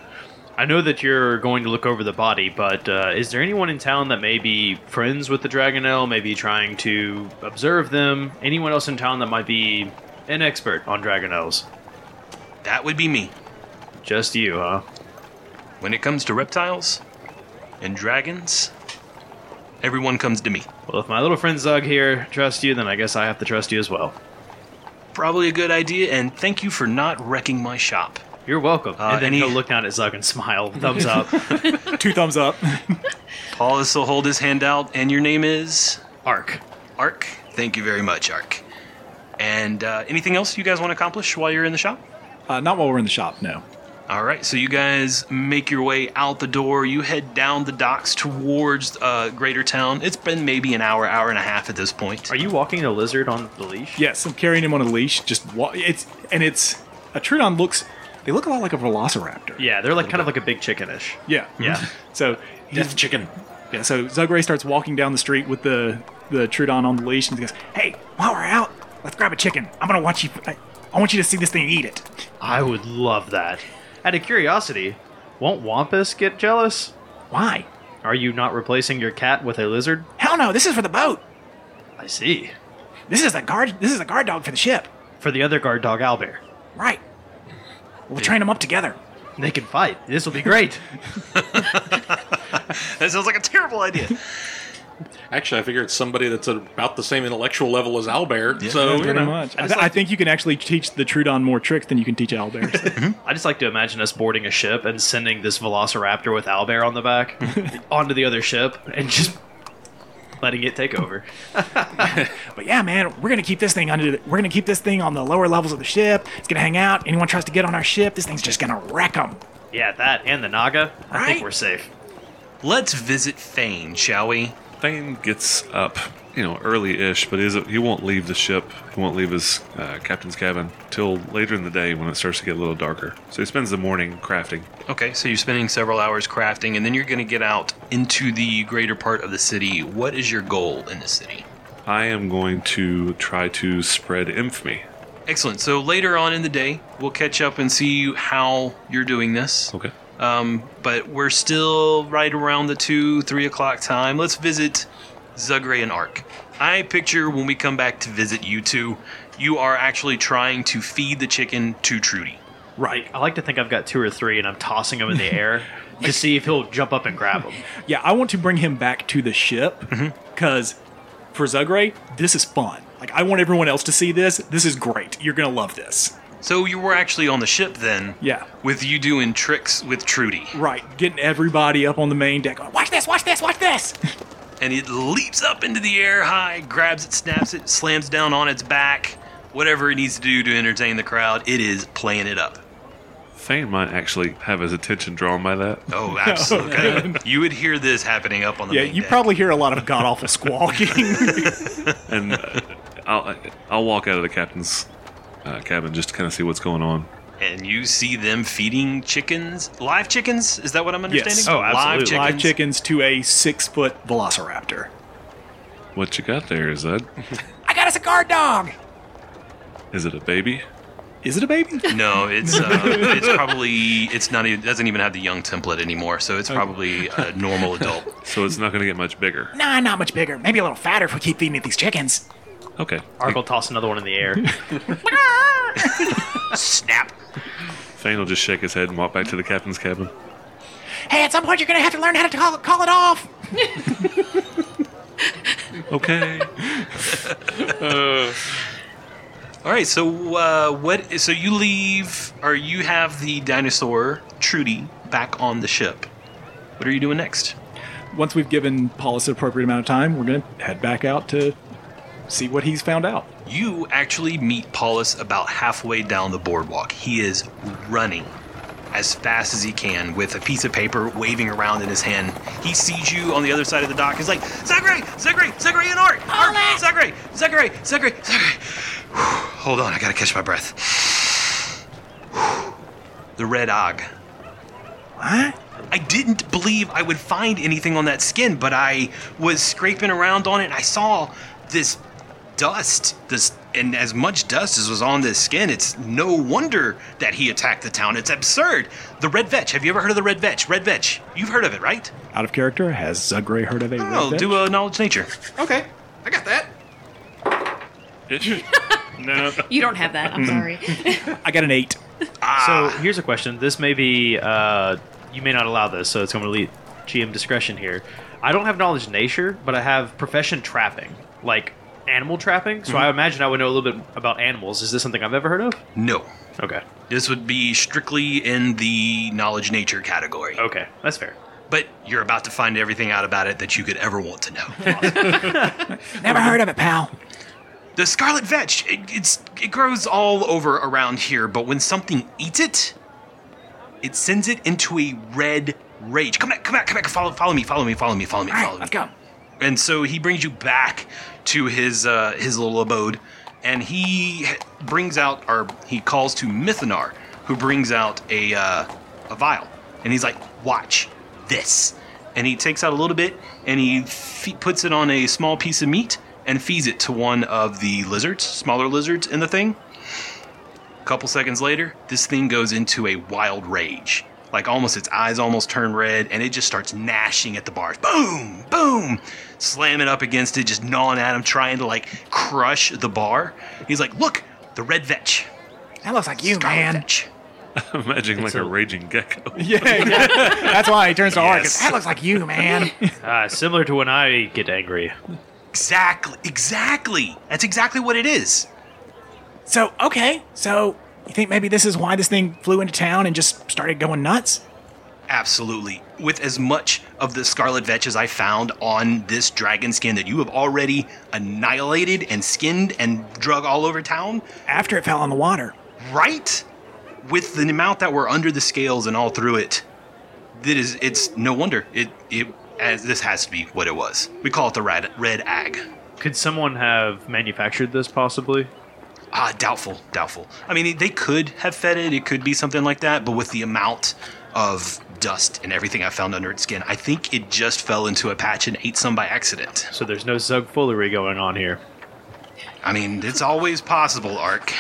E: I know that you're going to look over the body, but uh, is there anyone in town that may be friends with the Dragonel, maybe trying to observe them? Anyone else in town that might be an expert on Dragonels?
B: That would be me.
E: Just you, huh?
B: When it comes to reptiles and dragons, everyone comes to me.
E: Well, if my little friend Zug here trusts you, then I guess I have to trust you as well.
B: Probably a good idea, and thank you for not wrecking my shop.
E: You're welcome.
B: Uh,
E: and then
B: any-
E: he'll look down at Zug and smile, thumbs up.
C: Two thumbs up.
B: Paulus will hold his hand out, and your name is
E: Ark.
B: Ark. Thank you very much, Ark. And uh, anything else you guys want to accomplish while you're in the shop?
C: Uh, not while we're in the shop, no.
B: All right, so you guys make your way out the door. You head down the docks towards uh, Greater Town. It's been maybe an hour, hour and a half at this point.
E: Are you walking a lizard on the leash?
C: Yes, I'm carrying him on a leash. Just wa- it's and it's a Trudon looks. They look a lot like a Velociraptor.
E: Yeah, they're like kind of like a big chickenish.
C: Yeah.
E: Yeah.
C: So
H: Death chicken.
C: Yeah, so Zugray starts walking down the street with the the Trudon on the leash and he goes, "Hey, while we're out, let's grab a chicken. I'm gonna watch you. I, I want you to see this thing and eat it."
E: I would love that. Out of curiosity, won't Wampus get jealous?
C: Why?
E: Are you not replacing your cat with a lizard?
C: Hell no! This is for the boat.
E: I see.
C: This is the guard. This is a guard dog for the ship.
E: For the other guard dog, Owlbear.
C: Right. We'll train them up together.
E: They can fight. This will be great.
B: That sounds like a terrible idea.
H: Actually, I figure it's somebody that's about the same intellectual level as Albert. so, you know.
C: I, th- I think you can actually teach the Trudon more tricks than you can teach owlbears.
E: I just like to imagine us boarding a ship and sending this velociraptor with Owlbear on the back onto the other ship and just letting it take over.
C: but yeah, man, we're gonna keep this thing under. The, we're gonna keep this thing on the lower levels of the ship. It's gonna hang out. Anyone tries to get on our ship, this thing's just gonna wreck them.
E: Yeah, that and the Naga. I
C: Right.
E: think we're safe.
B: Let's visit Thane, shall we?
F: Thane gets up, you know, early-ish, but is he won't leave the ship. He won't leave his uh, captain's cabin till later in the day when it starts to get a little darker. So he spends the morning crafting.
B: Okay, so you're spending several hours crafting, and then you're going to get out into the greater part of the city. What is your goal in the city?
F: I am going to try to spread infamy.
B: Excellent. So later on in the day, we'll catch up and see how you're doing this.
F: Okay.
B: Um, but we're still right around the two, three o'clock time. Let's visit Zugray and Ark. I picture when we come back to visit you two, you are actually trying to feed the chicken to Trudy.
E: Right. I like to think I've got two or three and I'm tossing them in the air to see if he'll jump up and grab them.
C: Yeah, I want to bring him back to the ship because for Zugray, this is fun. Like, I want everyone else to see this. This is great. You're gonna love this.
B: So you were actually on the ship then.
C: Yeah.
B: With you doing tricks with Trudy.
C: Right, getting everybody up on the main deck. Going, watch this! Watch this! Watch this!
B: and it leaps up into the air high, grabs it, snaps it, slams down on its back. Whatever it needs to do to entertain the crowd, it is playing it up.
F: Thane might actually have his attention drawn by that.
B: Oh, absolutely. you would hear this happening up on the
C: yeah,
B: main
C: you
B: deck.
C: probably hear a lot of god awful squawking.
F: and uh, I'll I'll walk out of the captain's uh, cabin just to kind of see what's going on.
B: and you see them feeding chickens, live chickens. Is that what I'm understanding?
C: Oh,
B: live
E: absolutely.
B: chickens.
C: Live chickens to a six-foot velociraptor.
F: What you got there is that
C: I got us a guard dog.
F: is it a baby?
C: Is it a baby?
B: No, it's uh, it's probably it's not. It doesn't even have the young template anymore, so it's probably a normal adult.
F: So it's not going to get much bigger.
C: nah, not much bigger. Maybe a little fatter if we keep feeding it these chickens.
F: Okay.
E: Ark will toss another one in the air.
B: Snap.
F: Thane will just shake his head and walk back to the captain's cabin.
C: Hey, at some point you're gonna have to learn how to call, call it off.
F: Okay.
B: All right, so uh, what? So you leave, or you have the dinosaur Trudy back on the ship. What are you doing next?
C: once we've given Paulus an appropriate amount of time, we're going to head back out to see what he's found out.
B: You actually meet Paulus about halfway down the boardwalk. He is running as fast as he can with a piece of paper waving around in his hand. He sees you on the other side of the dock. He's like, Zachary, Zachary, Zachary and Art, Art, Zachary, Zachary, Zachary, Zachary. Whew, Hold on, I gotta catch my breath. Whew. The red og.
C: What?
B: I didn't believe I would find anything on that skin, but I was scraping around on it and I saw this dust, this and as much dust as was on this skin, it's no wonder that he attacked the town. It's absurd. The Red Vetch. Have you ever heard of the Red Vetch? Red Vetch. You've heard of it, right?
I: Out of character, has Zugray heard of a
B: Oh,
I: red
B: do
I: bitch?
B: a knowledge nature.
J: Okay, I got that.
F: Ish. no.
G: You don't have that. I'm sorry.
I: I got an eight.
B: Ah.
E: So here's a question. This may be uh, you may not allow this, so it's going to lead GM discretion here. I don't have knowledge nature, but I have profession trapping, like animal trapping. So I imagine I would know a little bit about animals. Is this something I've ever heard of?
B: No.
E: Okay.
B: This would be strictly in the knowledge nature category.
E: Okay, that's fair.
B: But you're about to find everything out about it that you could ever want to know.
C: Never heard of it, pal.
B: the scarlet vetch, it, it's, it grows all over around here, but when something eats it, it sends it into a red rage. Come back, come back, come back. Follow, follow me, follow me, follow me, follow me,
C: All
B: follow
C: right,
B: me.
C: let's go.
B: and so he brings you back to his uh, his little abode, and he brings out or he calls to Mithinar, who brings out a uh, a vial, and he's like, "Watch this," and he takes out a little bit and he fe- puts it on a small piece of meat and feeds it to one of the lizards, smaller lizards in the thing. A couple seconds later, this thing goes into a wild rage. Like almost its eyes almost turn red and it just starts gnashing at the bars. Boom! Boom! Slamming up against it, just gnawing at him, trying to like crush the bar. He's like, look, the red vetch.
C: That looks like you,
B: Scarlet
C: man.
B: vetch.
F: Imagine like a, raging gecko.
I: That's why he turns to Argus.
B: Yes.
C: That looks like you, man.
E: Uh, similar to when I get angry.
B: Exactly. Exactly. That's exactly what it is.
C: so, okay. So, you think maybe this is why this thing flew into town and just started going nuts?
B: Absolutely. With as much of the scarlet vetch as I found on this dragon skin that you have already annihilated and skinned and drug all over town,
C: After it fell in the water.
B: right with the amount that were under the scales and all through it that is it's no wonder it it as this has to be what it was we call it the red red ag
E: Could someone have manufactured this possibly?
B: ah doubtful doubtful i mean they could have fed it it could be something like that but with the amount of dust and everything i found under its skin i think it just fell into a patch and ate some by accident
E: So there's no Zug foolery going on here.
B: i mean it's always possible ark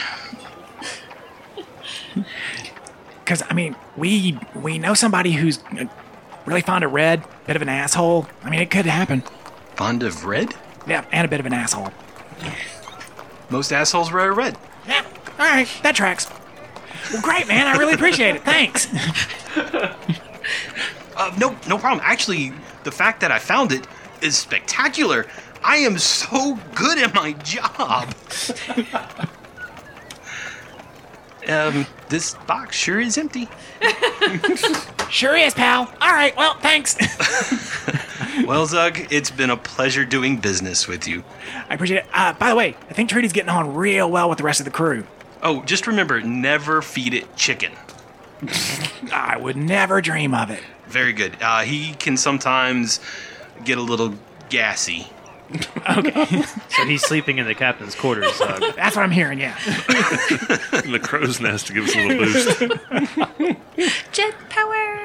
C: Because, I mean, we we know somebody who's uh, really fond of red, bit of an asshole. I mean, it could happen.
B: fond of red
C: Yeah, and a bit of an asshole.
B: most assholes wear red
C: Yeah. All right, that tracks. Well, great, man. I really appreciate it. Thanks.
B: Uh, no, no problem. Actually, the fact that I found it is spectacular. I am so good at my job. um, this box sure is empty.
C: Sure is, pal. All right, well, thanks.
B: Well, Zug, it's been a pleasure doing business with you.
C: I appreciate it. Uh, by the way, I think Trudy's getting on real well with the rest of the crew.
B: Oh, just remember, never feed it chicken.
C: I would never dream of it.
B: Very good. Uh, he can sometimes get a little gassy.
E: So he's sleeping in the captain's quarters. Uh, Zug.
C: That's what I'm hearing, yeah.
F: the crow's nest to give us a little boost.
G: Jet power.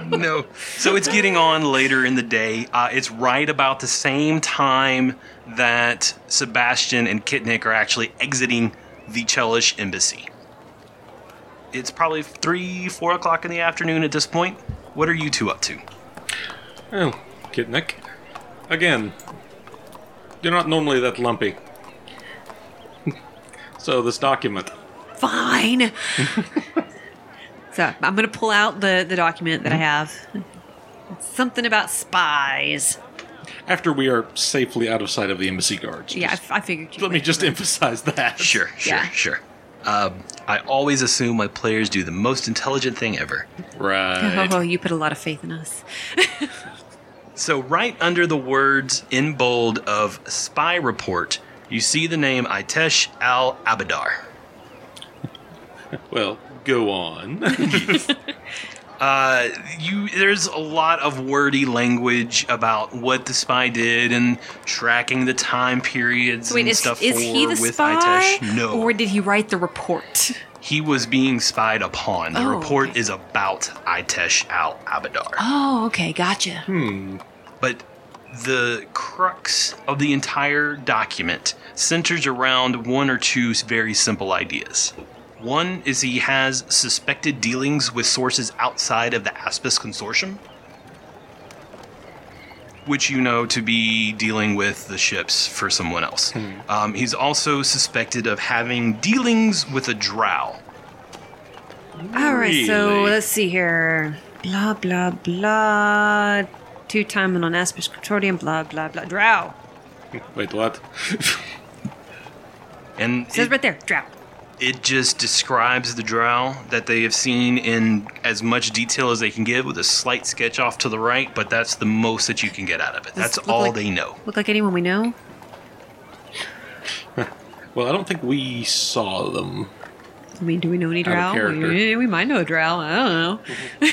B: no. So it's getting on later in the day. Uh, it's right about the same time that Sebastian and Kitnick are actually exiting the Chelish embassy. It's probably three, four o'clock in the afternoon at this point. What are you two up to?
D: Well, Kitnik. Oh, Again, you're not normally that lumpy. so this document.
G: Fine. so I'm gonna pull out the the document that I have. It's something about spies.
D: After we are safely out of sight of the embassy guards.
G: Yeah,
D: Just-
G: I, I figured. You
D: let me
G: would.
D: just emphasize that.
B: Sure, sure,
G: Yeah.
B: sure. Um, I always assume my players do the most intelligent thing ever.
D: Right.
G: Oh, you put a lot of faith in us.
B: So, right under the words in bold of spy report, you see the name Itesh Al Abadar.
D: Well, go on.
B: Uh, you there's a lot of wordy language about what the spy did and tracking the time periods
G: So wait,
B: and
G: is,
B: stuff
G: is he
B: for
G: the
B: with
G: spy,
B: Itesh. No,
G: or did he write the report?
B: he was being spied upon. The
G: Oh,
B: report
G: okay.
B: is about Itesh Al Abadar.
G: Oh, okay, gotcha.
B: But the crux of the entire document centers around one or two very simple ideas. One is he has suspected dealings with sources outside of the Aspis Consortium, which you know to be dealing with the ships for someone else. Um, he's also suspected of having dealings with a drow.
G: All right, so
B: Really?
G: let's see here. Blah blah blah. Two time and on Aspis Consortium. Blah blah blah. Drow.
D: Wait, what?
B: And
G: It says
B: it-
G: right there. Drow.
B: it just describes the drow that they have seen in as much detail as they can give with a slight sketch off to the right but that's the most that you can get out of it
G: Does
B: that's
G: it look
B: all
G: like-
B: they know
G: Look like anyone we know.
D: Well, I don't think we saw them.
G: I mean, do we know any
D: of
G: drow?
D: character.
G: Yeah, we might know a drow. I don't know.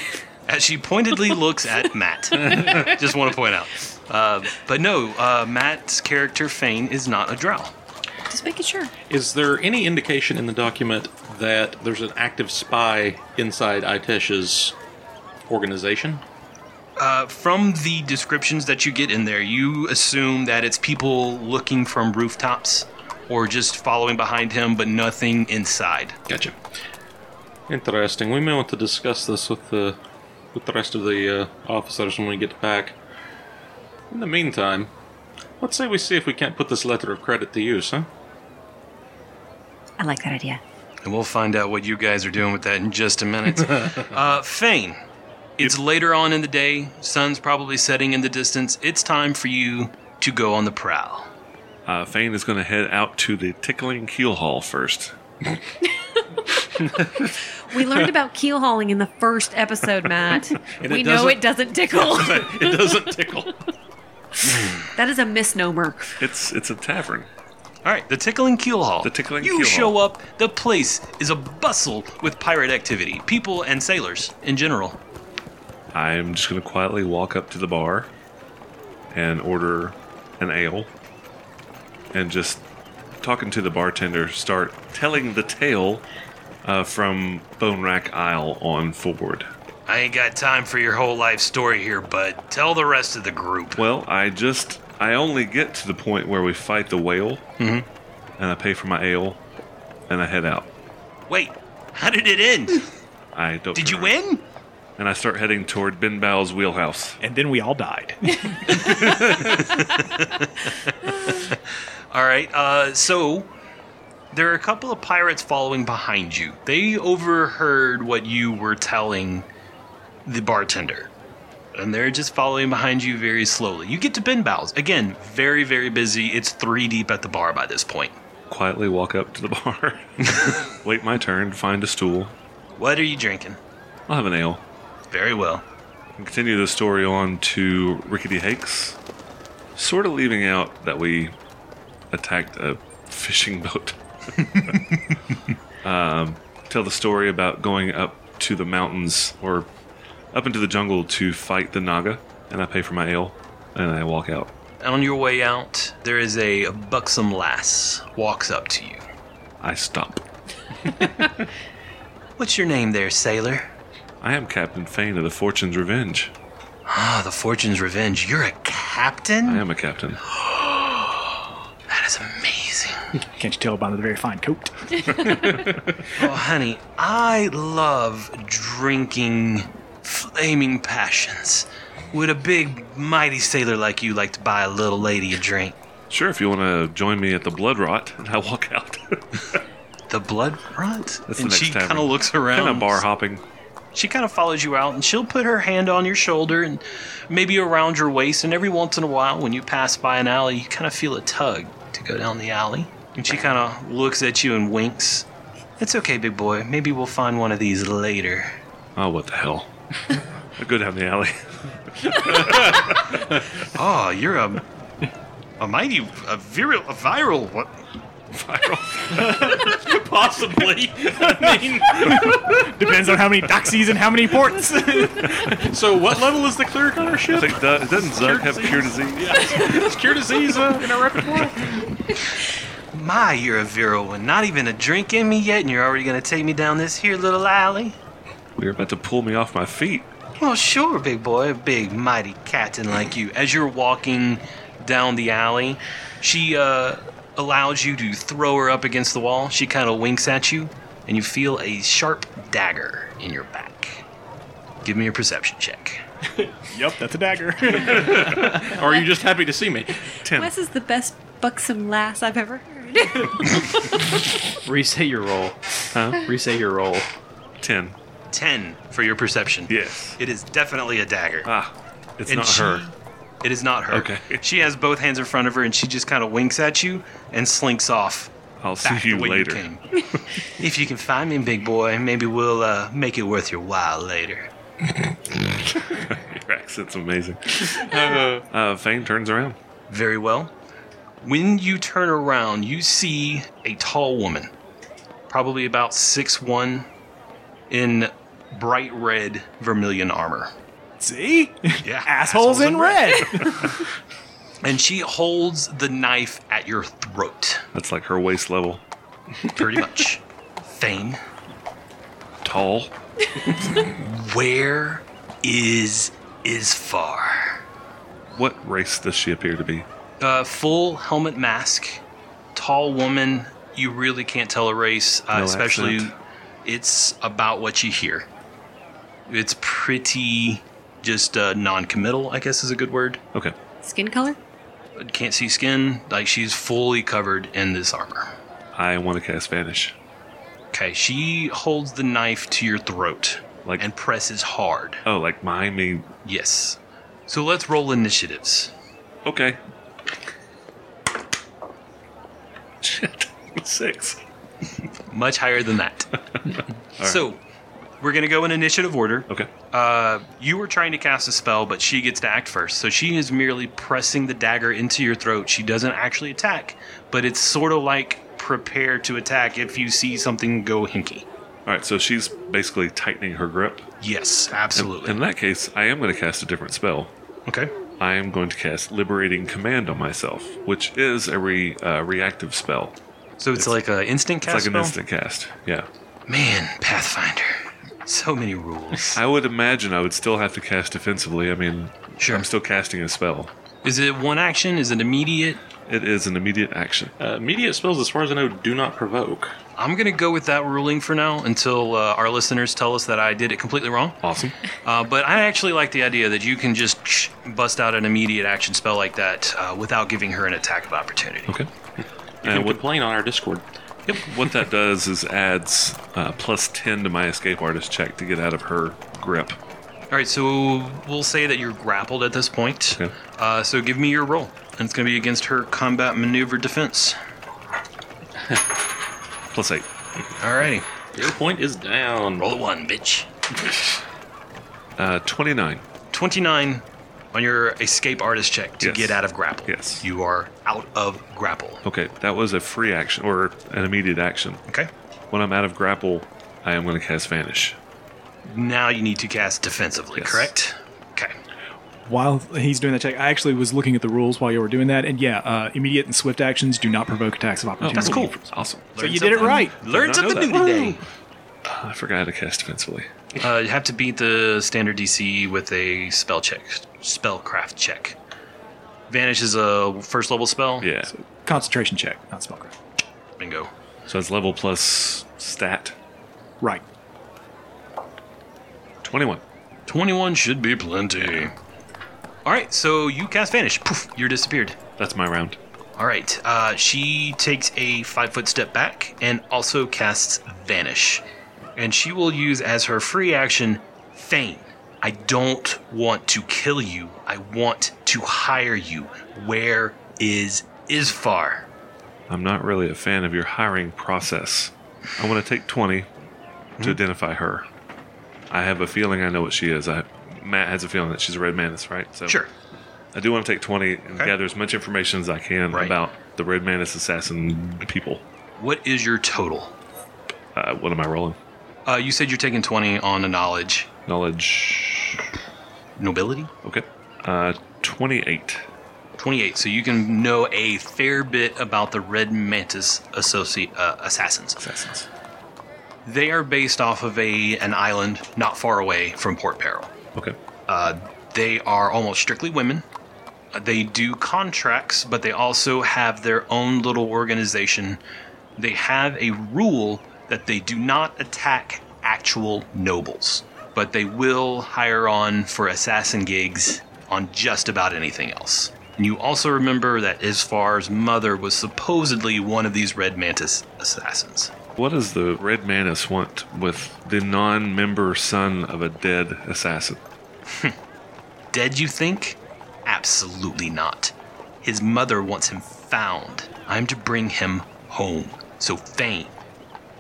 B: as she pointedly looks at matt just want to point out uh, but no uh, matt's character fane is not a drow
G: Just making sure.
D: Is there any indication in the document that there's an active spy inside Itesh's organization?
B: uh, from the descriptions that you get in there you assume that it's people looking from rooftops or just following behind him but nothing inside
D: Gotcha. Interesting. We may want to discuss this with the with the rest of the uh, officers when we get back. In the meantime, let's say we see if we can't put this letter of credit to use, huh?
G: I like that idea.
B: And we'll find out what you guys are doing with that in just a minute. uh, Fane, it's later on in the day. Sun's probably setting in the distance. It's time for you to go on the prowl.
F: Uh, Fane is going to head out to the tickling keel hall first.
G: We learned about keel hauling in the first episode, Matt. we
D: it
G: know
D: doesn't-
G: it doesn't tickle.
D: it doesn't tickle.
G: that is a misnomer.
F: It's it's a tavern.
B: All right, the tickling keel hall.
F: The tickling
B: You
F: keel
B: show
F: hall.
B: up. The place is a bustle with pirate activity, people and sailors in general.
F: I'm just going to quietly walk up to the bar and order an ale and just talking to the bartender, start telling the tale uh, from Bone Rack Isle on forward.
B: I ain't got time for your whole life story here, but tell the rest of the group.
F: Well, I just I only get to the point where we fight the whale,
B: Mm-hmm.
F: and I pay for my ale, and I head out.
B: Wait, how did it end?
F: I don't.
B: Did you
F: remember.
B: win?
F: And I start heading toward Ben Bow's wheelhouse.
B: Eh.
I: And then we all died.
B: All right. Uh, so there are a couple of pirates following behind you. They overheard what you were telling the bartender, and they're just following behind you very slowly. You get to Ben Bowles again. Very very busy. It's three deep at the bar by this point.
F: Quietly walk up to the bar, wait my turn, find a stool.
B: What are you drinking?
F: I'll have an ale.
B: Very well.
F: And continue the story on to Rickety Hakes, sort of leaving out that we attacked a fishing boat. um, tell the story about going up to the mountains or up into the jungle to fight the Naga, and I pay for my ale, and I walk out.
B: And on your way out, there is a buxom lass walks up to you.
F: I stop.
B: What's your name there, sailor?
F: I am Captain Fane of the Fortune's Revenge.
B: Ah, the Fortune's Revenge. You're a captain?
F: I am a captain.
B: That is amazing.
I: Can't you tell by the very fine coat?
B: Oh, honey, I love drinking flaming passions. Would a big, mighty sailor like you like to buy a little lady a drink?
F: Sure, if you want to join me at the Blood Rot, and I walk out.
B: The blood runs.
F: That's the
B: and
F: next
B: she
F: tavern.
B: kind of looks around.
F: kind of bar hopping.
B: She kind of follows you out, and she'll put her hand on your shoulder and maybe around your waist. And every once in a while, when you pass by an alley, you kind of feel a tug to go down the alley. And she kind of looks at you and winks. It's okay, big boy. Maybe we'll find one of these later.
F: Oh, what the hell. I go down the alley.
B: Oh, you're a a mighty a viral a viral what?
D: Possibly.
I: Depends on how many doxies and how many ports.
D: So, what level is the cleric on our
F: I
D: ship?
F: think Du- doesn't Zug have cure disease?
D: Is cure disease uh, in our repertoire?
B: My, you're a viral one. Not even a drink in me yet, and you're already gonna take me down this here little alley.
F: We're about to pull me off my feet.
B: Well, sure, big boy, a big mighty captain like you. As you're walking down the alley, she uh, allows you to throw her up against the wall. She kind of winks at you, and you feel a sharp dagger in your back. Give me a perception check.
I: Yep, that's a dagger.
D: Or are you just happy to see me?
F: Ten.
G: Wes is the best buxom lass I've ever heard.
E: Reset your roll.
F: Huh?
E: Reset your roll.
F: Ten.
B: Ten for your perception.
F: Yes.
B: It is definitely a dagger.
F: Ah, it's
B: And
F: not
B: she-
F: her.
B: It is not her.
F: Okay.
B: She has both hands in front of her, and she just kind of winks at you and slinks off.
F: I'll see
B: back the
F: you
B: way
F: later.
B: came. if you can find me, big boy, maybe we'll uh, make it worth your while later.
F: Your accent's amazing. uh, uh, Fane turns around.
B: Very well. When you turn around, you see a tall woman, probably about 6'1, in bright red vermilion armor.
I: See?
B: Yeah.
I: Assholes in red.
B: And she holds the knife at your throat,
F: That's like her waist level.
B: pretty much. Thane,
F: Tall.
B: where is Isfar?
F: What race does she appear to be?
B: Uh, full helmet mask, tall woman. You really can't tell a race, uh,
F: No
B: especially.
F: accent.
B: It's about what you hear. It's pretty, just uh, non-committal. I guess is a good word.
F: Okay.
G: Skin color?
B: Can't see skin. Like she's fully covered in this armor.
F: I want to cast Vanish.
B: Okay, she holds the knife to your throat
F: Like-
B: and presses hard.
F: Oh, like Miami.
B: Yes. So let's roll initiatives.
F: Okay. Shit. Six.
B: Much higher than that. So we're gonna go in initiative order.
F: Okay.
B: Uh, you were trying to cast a spell, but she gets to act first. So she is merely pressing the dagger into your throat. She doesn't actually attack, but it's sort of like prepare to attack if you see something go hinky.
F: All right. So she's basically tightening her grip.
B: Yes, absolutely.
F: In that case, I am going to cast a different spell.
B: okay.
F: I am going to cast Liberating Command on myself, which is a re, uh, reactive spell.
B: So it's, like an instant
F: It's
B: cast.
F: like an
B: spell?
F: instant cast. Yeah.
B: Man, Pathfinder. So many rules.
F: I would imagine I would still have to cast defensively. I mean,
B: Sure.
F: I'm still casting a spell.
B: Is it one action? Is it immediate?
F: It is an immediate action.
D: Uh, immediate spells, as far as I know, do not provoke.
B: I'm going to go with that ruling for now until uh, our listeners tell us that I did it completely wrong.
F: Awesome.
B: Uh, but I actually like the idea that you can just bust out an immediate action spell like that uh, without giving her an attack of opportunity.
F: Okay.
D: You
F: And
D: can
F: what,
D: complain on our Discord.
F: yep, what that does is adds uh, plus 10 to my escape artist check to get out of her grip.
B: All right, so we'll say that you're grappled at this point.
F: Okay.
B: Uh, so give me your roll. And it's going to be against her combat maneuver defense.
F: Plus 8.
B: All righty.
D: Your point is down.
B: Roll a one, bitch.
F: Uh, 29.
B: 29 on your escape artist check to
F: Yes.
B: get out of grapple.
F: Yes.
B: You are out of grapple.
F: Okay, that was a free action or an immediate action.
B: Okay.
F: When I'm out of grapple, I am going to cast Vanish.
B: Now you need to cast defensively,
F: Yes.
B: correct? Okay.
I: While he's doing that check, I actually was looking at the rules while you were doing that, and yeah, uh, immediate and swift actions do not provoke attacks of opportunity.
B: Oh, that's cool.
F: Awesome.
I: So you did it right.
B: Learn
F: Did not
B: something new
F: know that.
B: today.
F: I forgot how to cast defensively.
B: Uh, you have to beat the standard DC with a spell check, spellcraft check. Vanish is a first level spell.
F: Yeah.
I: Concentration check, not spellcraft.
B: Bingo.
F: So it's level plus stat.
I: Right.
F: 21.
B: 21 should be plenty. All right, so you cast Vanish. Poof, you're disappeared.
F: That's my round.
B: All right, uh, she takes a five foot step back and also casts Vanish. And she will use as her free action Feign. I don't want to kill you. I want to hire you. Where is Isfar?
F: I'm not really a fan of your hiring process. I want to take 20
B: Mm-hmm.
F: to identify her. I have a feeling I know what she is. I, Matt has a feeling that she's a red mantis, right? So
B: Sure.
F: I do want to take 20 and gather as much information as I can
B: Right.
F: about the red mantis assassin people.
B: What is your total?
F: Uh, what am I rolling?
B: Uh, you said you're taking 20 on a knowledge
F: Knowledge.
B: nobility?
F: Okay. Uh, 28.
B: 28. So you can know a fair bit about the Red Mantis associ- uh, assassins.
F: Assassins.
B: They are based off of a an island not far away from Port Peril.
F: Okay.
B: Uh, they are almost strictly women. Uh, They do contracts, but they also have their own little organization. They have a rule that they do not attack actual nobles, but they will hire on for assassin gigs on just about anything else. And you also remember that Isfar's mother was supposedly one of these Red Mantis assassins.
F: What does the Red Manus want with the non member son of a dead assassin?
B: Dead, you think? Absolutely not. His mother wants him found. I'm to bring him home. So, Fane,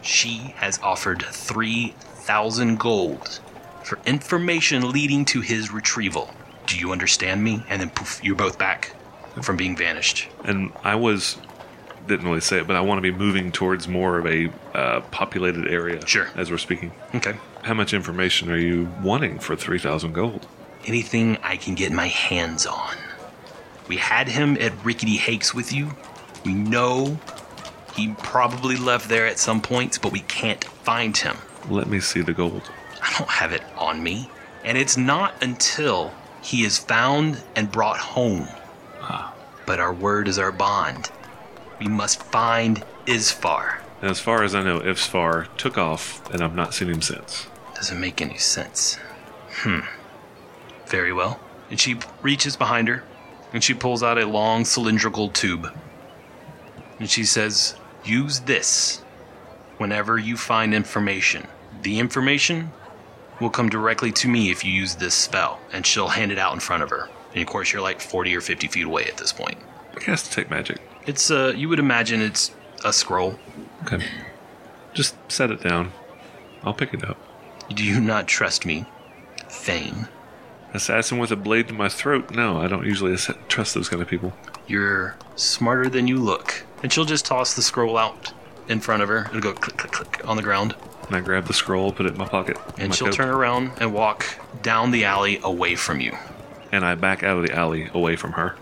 B: she has offered 3,000 gold for information leading to his retrieval. Do you understand me? And then poof, you're both back from being vanished.
F: And I was, didn't really say it, but I want to be moving towards more of a uh, populated area
B: Sure.
F: as we're speaking.
B: Okay.
F: How much information are you wanting for 3,000 gold?
B: Anything I can get my hands on. We had him at Rickety Hakes with you. We know he probably left there at some points, but we can't find him.
F: Let me see the gold.
B: I don't have it on me. And it's not until he is found and brought home. But our word is our bond. We must find Isfar.
F: And as far as I know, Ifsfar took off, and I've not seen him since.
B: Doesn't make any sense. Hmm. Very well. And she reaches behind her and she pulls out a long cylindrical tube. And she says, Use this whenever you find information. The information will come directly to me if you use this spell. And she'll hand it out in front of her. And of course, you're like 40 or 50 feet away at this point.
F: I cast Detect Magic.
B: It's, uh, you would imagine it's a scroll.
F: Okay. Just set it down. I'll pick it up.
B: Do you not trust me, Thane?
F: Assassin with a blade to my throat? No, I don't usually ass- trust those kind of people.
B: You're smarter than you look. And she'll just toss the scroll out in front of her. It'll go click, click, click on the ground.
F: And I grab the scroll, put it in my pocket.
B: And
F: my
B: she'll
F: coat,
B: turn around and walk down the alley away from you.
F: And I back out of the alley away from her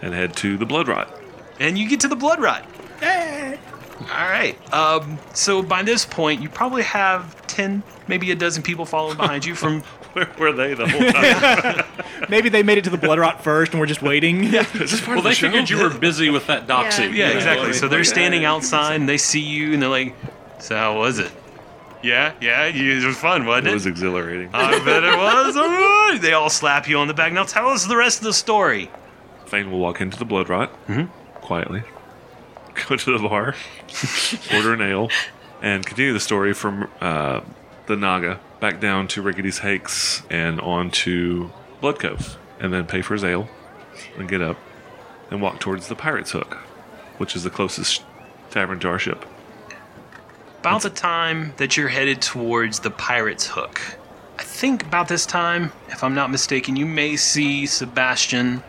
F: and head to the Blood Rot.
B: And you get to the blood rot. All right. Um, so by this point, you probably have 10, maybe a dozen people following behind you from.
F: Where were they the whole time?
I: Maybe they made it to the blood rot first, and we're just waiting.
F: Is this part
D: Well,
F: of the
D: they
F: show?
D: figured you were busy with that doxy.
B: Yeah,
G: Yeah.
B: exactly. So they're standing outside and they see you and they're like, So how was it? Yeah, yeah, you- it was fun, wasn't
F: It was exhilarating.
B: I bet it was. All right. They all slap you on the back. Now tell us the rest of the story.
F: Fane will walk into the Blood Rot quietly, go to the bar, order an ale, and continue the story from uh, the Naga back down to Rickety's Hakes and on to Blood Cove, and then pay for his ale and get up and walk towards the Pirate's Hook, which is the closest tavern to our ship.
B: About the time that you're headed towards the Pirate's Hook, I think about this time, if I'm not mistaken, you may see Sebastian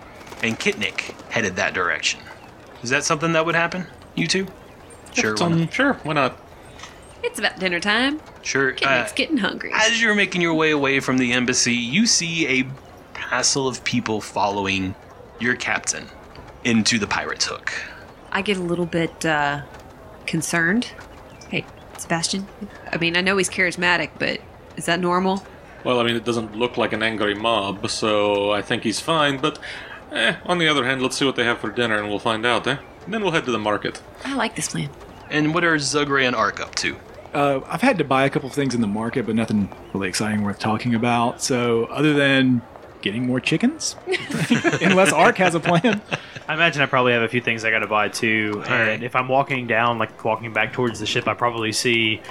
B: and Kitnick headed that direction. Is that something that would happen? You two? Sure. why not?
D: Um, Sure, why not?
G: It's about dinner time.
B: Sure.
G: Kitten,
B: uh,
G: it's getting hungry.
B: As you're making your way away from the embassy, you see a hassle of people following your captain into the Pirate's Hook.
G: I get a little bit uh, concerned. Hey, Sebastian. I mean, I know he's charismatic, but is that normal?
D: Well, I mean, it doesn't look like an angry mob, so I think he's fine, but eh, on the other hand, let's see what they have for dinner and we'll find out, eh? And then we'll head to the market.
G: I like this plan.
B: And what are Zugray and Ark up to?
I: Uh, I've had to buy a couple of things in the market, but nothing really exciting worth talking about. So, other than getting more chickens, unless Ark has a plan.
E: I imagine I probably have a few things I gotta buy too. and
B: right.
E: if I'm walking down, like walking back towards the ship, I probably see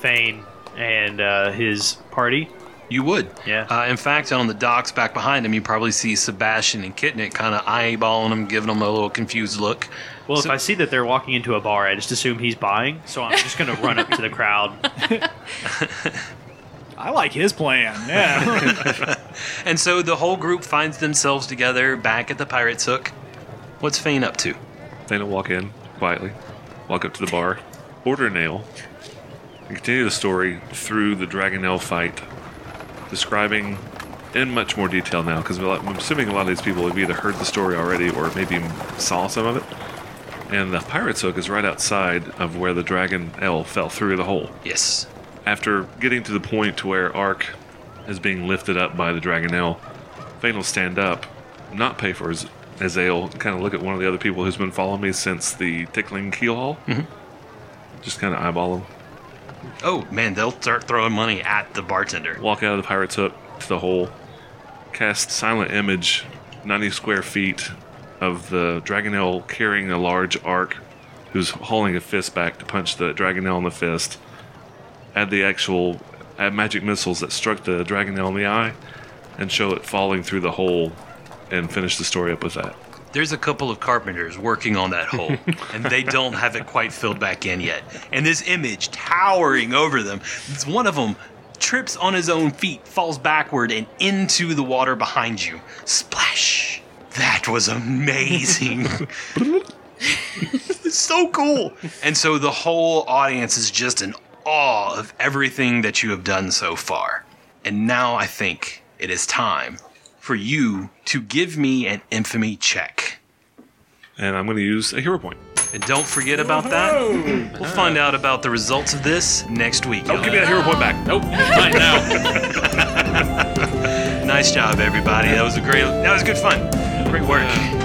E: Fane and uh, his party.
B: You would.
E: Yeah.
B: Uh, in fact, on the docks back behind him, you probably see Sebastian and Kitnick kind of eyeballing him, giving him a little confused look.
E: Well,
B: So-
E: if I see that they're walking into a bar, I just assume he's buying, so I'm just gonna run up to the crowd.
I: I like his plan. Yeah.
B: And so the whole group finds themselves together back at the Pirate's Hook. What's Fane up to?
F: Fane will walk in quietly, walk up to the bar, order an ale, and continue the story through the Dragonel fight, describing in much more detail now, because I'm assuming a lot of these people have either heard the story already or maybe saw some of it. And the pirate's hook is right outside of where the dragon L fell through the hole.
B: Yes.
F: After getting to the point where Ark is being lifted up by the Dragonelle. Fane will stand up, not pay for his, his ale, kind of look at one of the other people who's been following me since the tickling keelhaul. Just kind of eyeball him.
B: Oh man, they'll start throwing money at the bartender.
F: Walk out of the pirate's hook to the hole, cast silent image, 90 square feet of the Dragonel carrying a large arc who's hauling a fist back to punch the Dragonel in the fist. Add the actual add magic missiles that struck the Dragonel in the eye and show it falling through the hole and finish the story up with that.
B: There's a couple of carpenters working on that hole, and they don't have it quite filled back in yet. And this image towering over them, it's one of them trips on his own feet, falls backward, and into the water behind you. Splash! That was amazing. it's so cool. And so the whole audience is just in awe of everything that you have done so far. And now I think it is time for you to give me an infamy check.
F: And I'm going to use a hero point.
B: And don't forget about that. We'll find out about the results of this next week.
F: Don't give me that hero point back.
B: Nope. Right now. nice job, everybody. That was a great. That was good fun. Great work.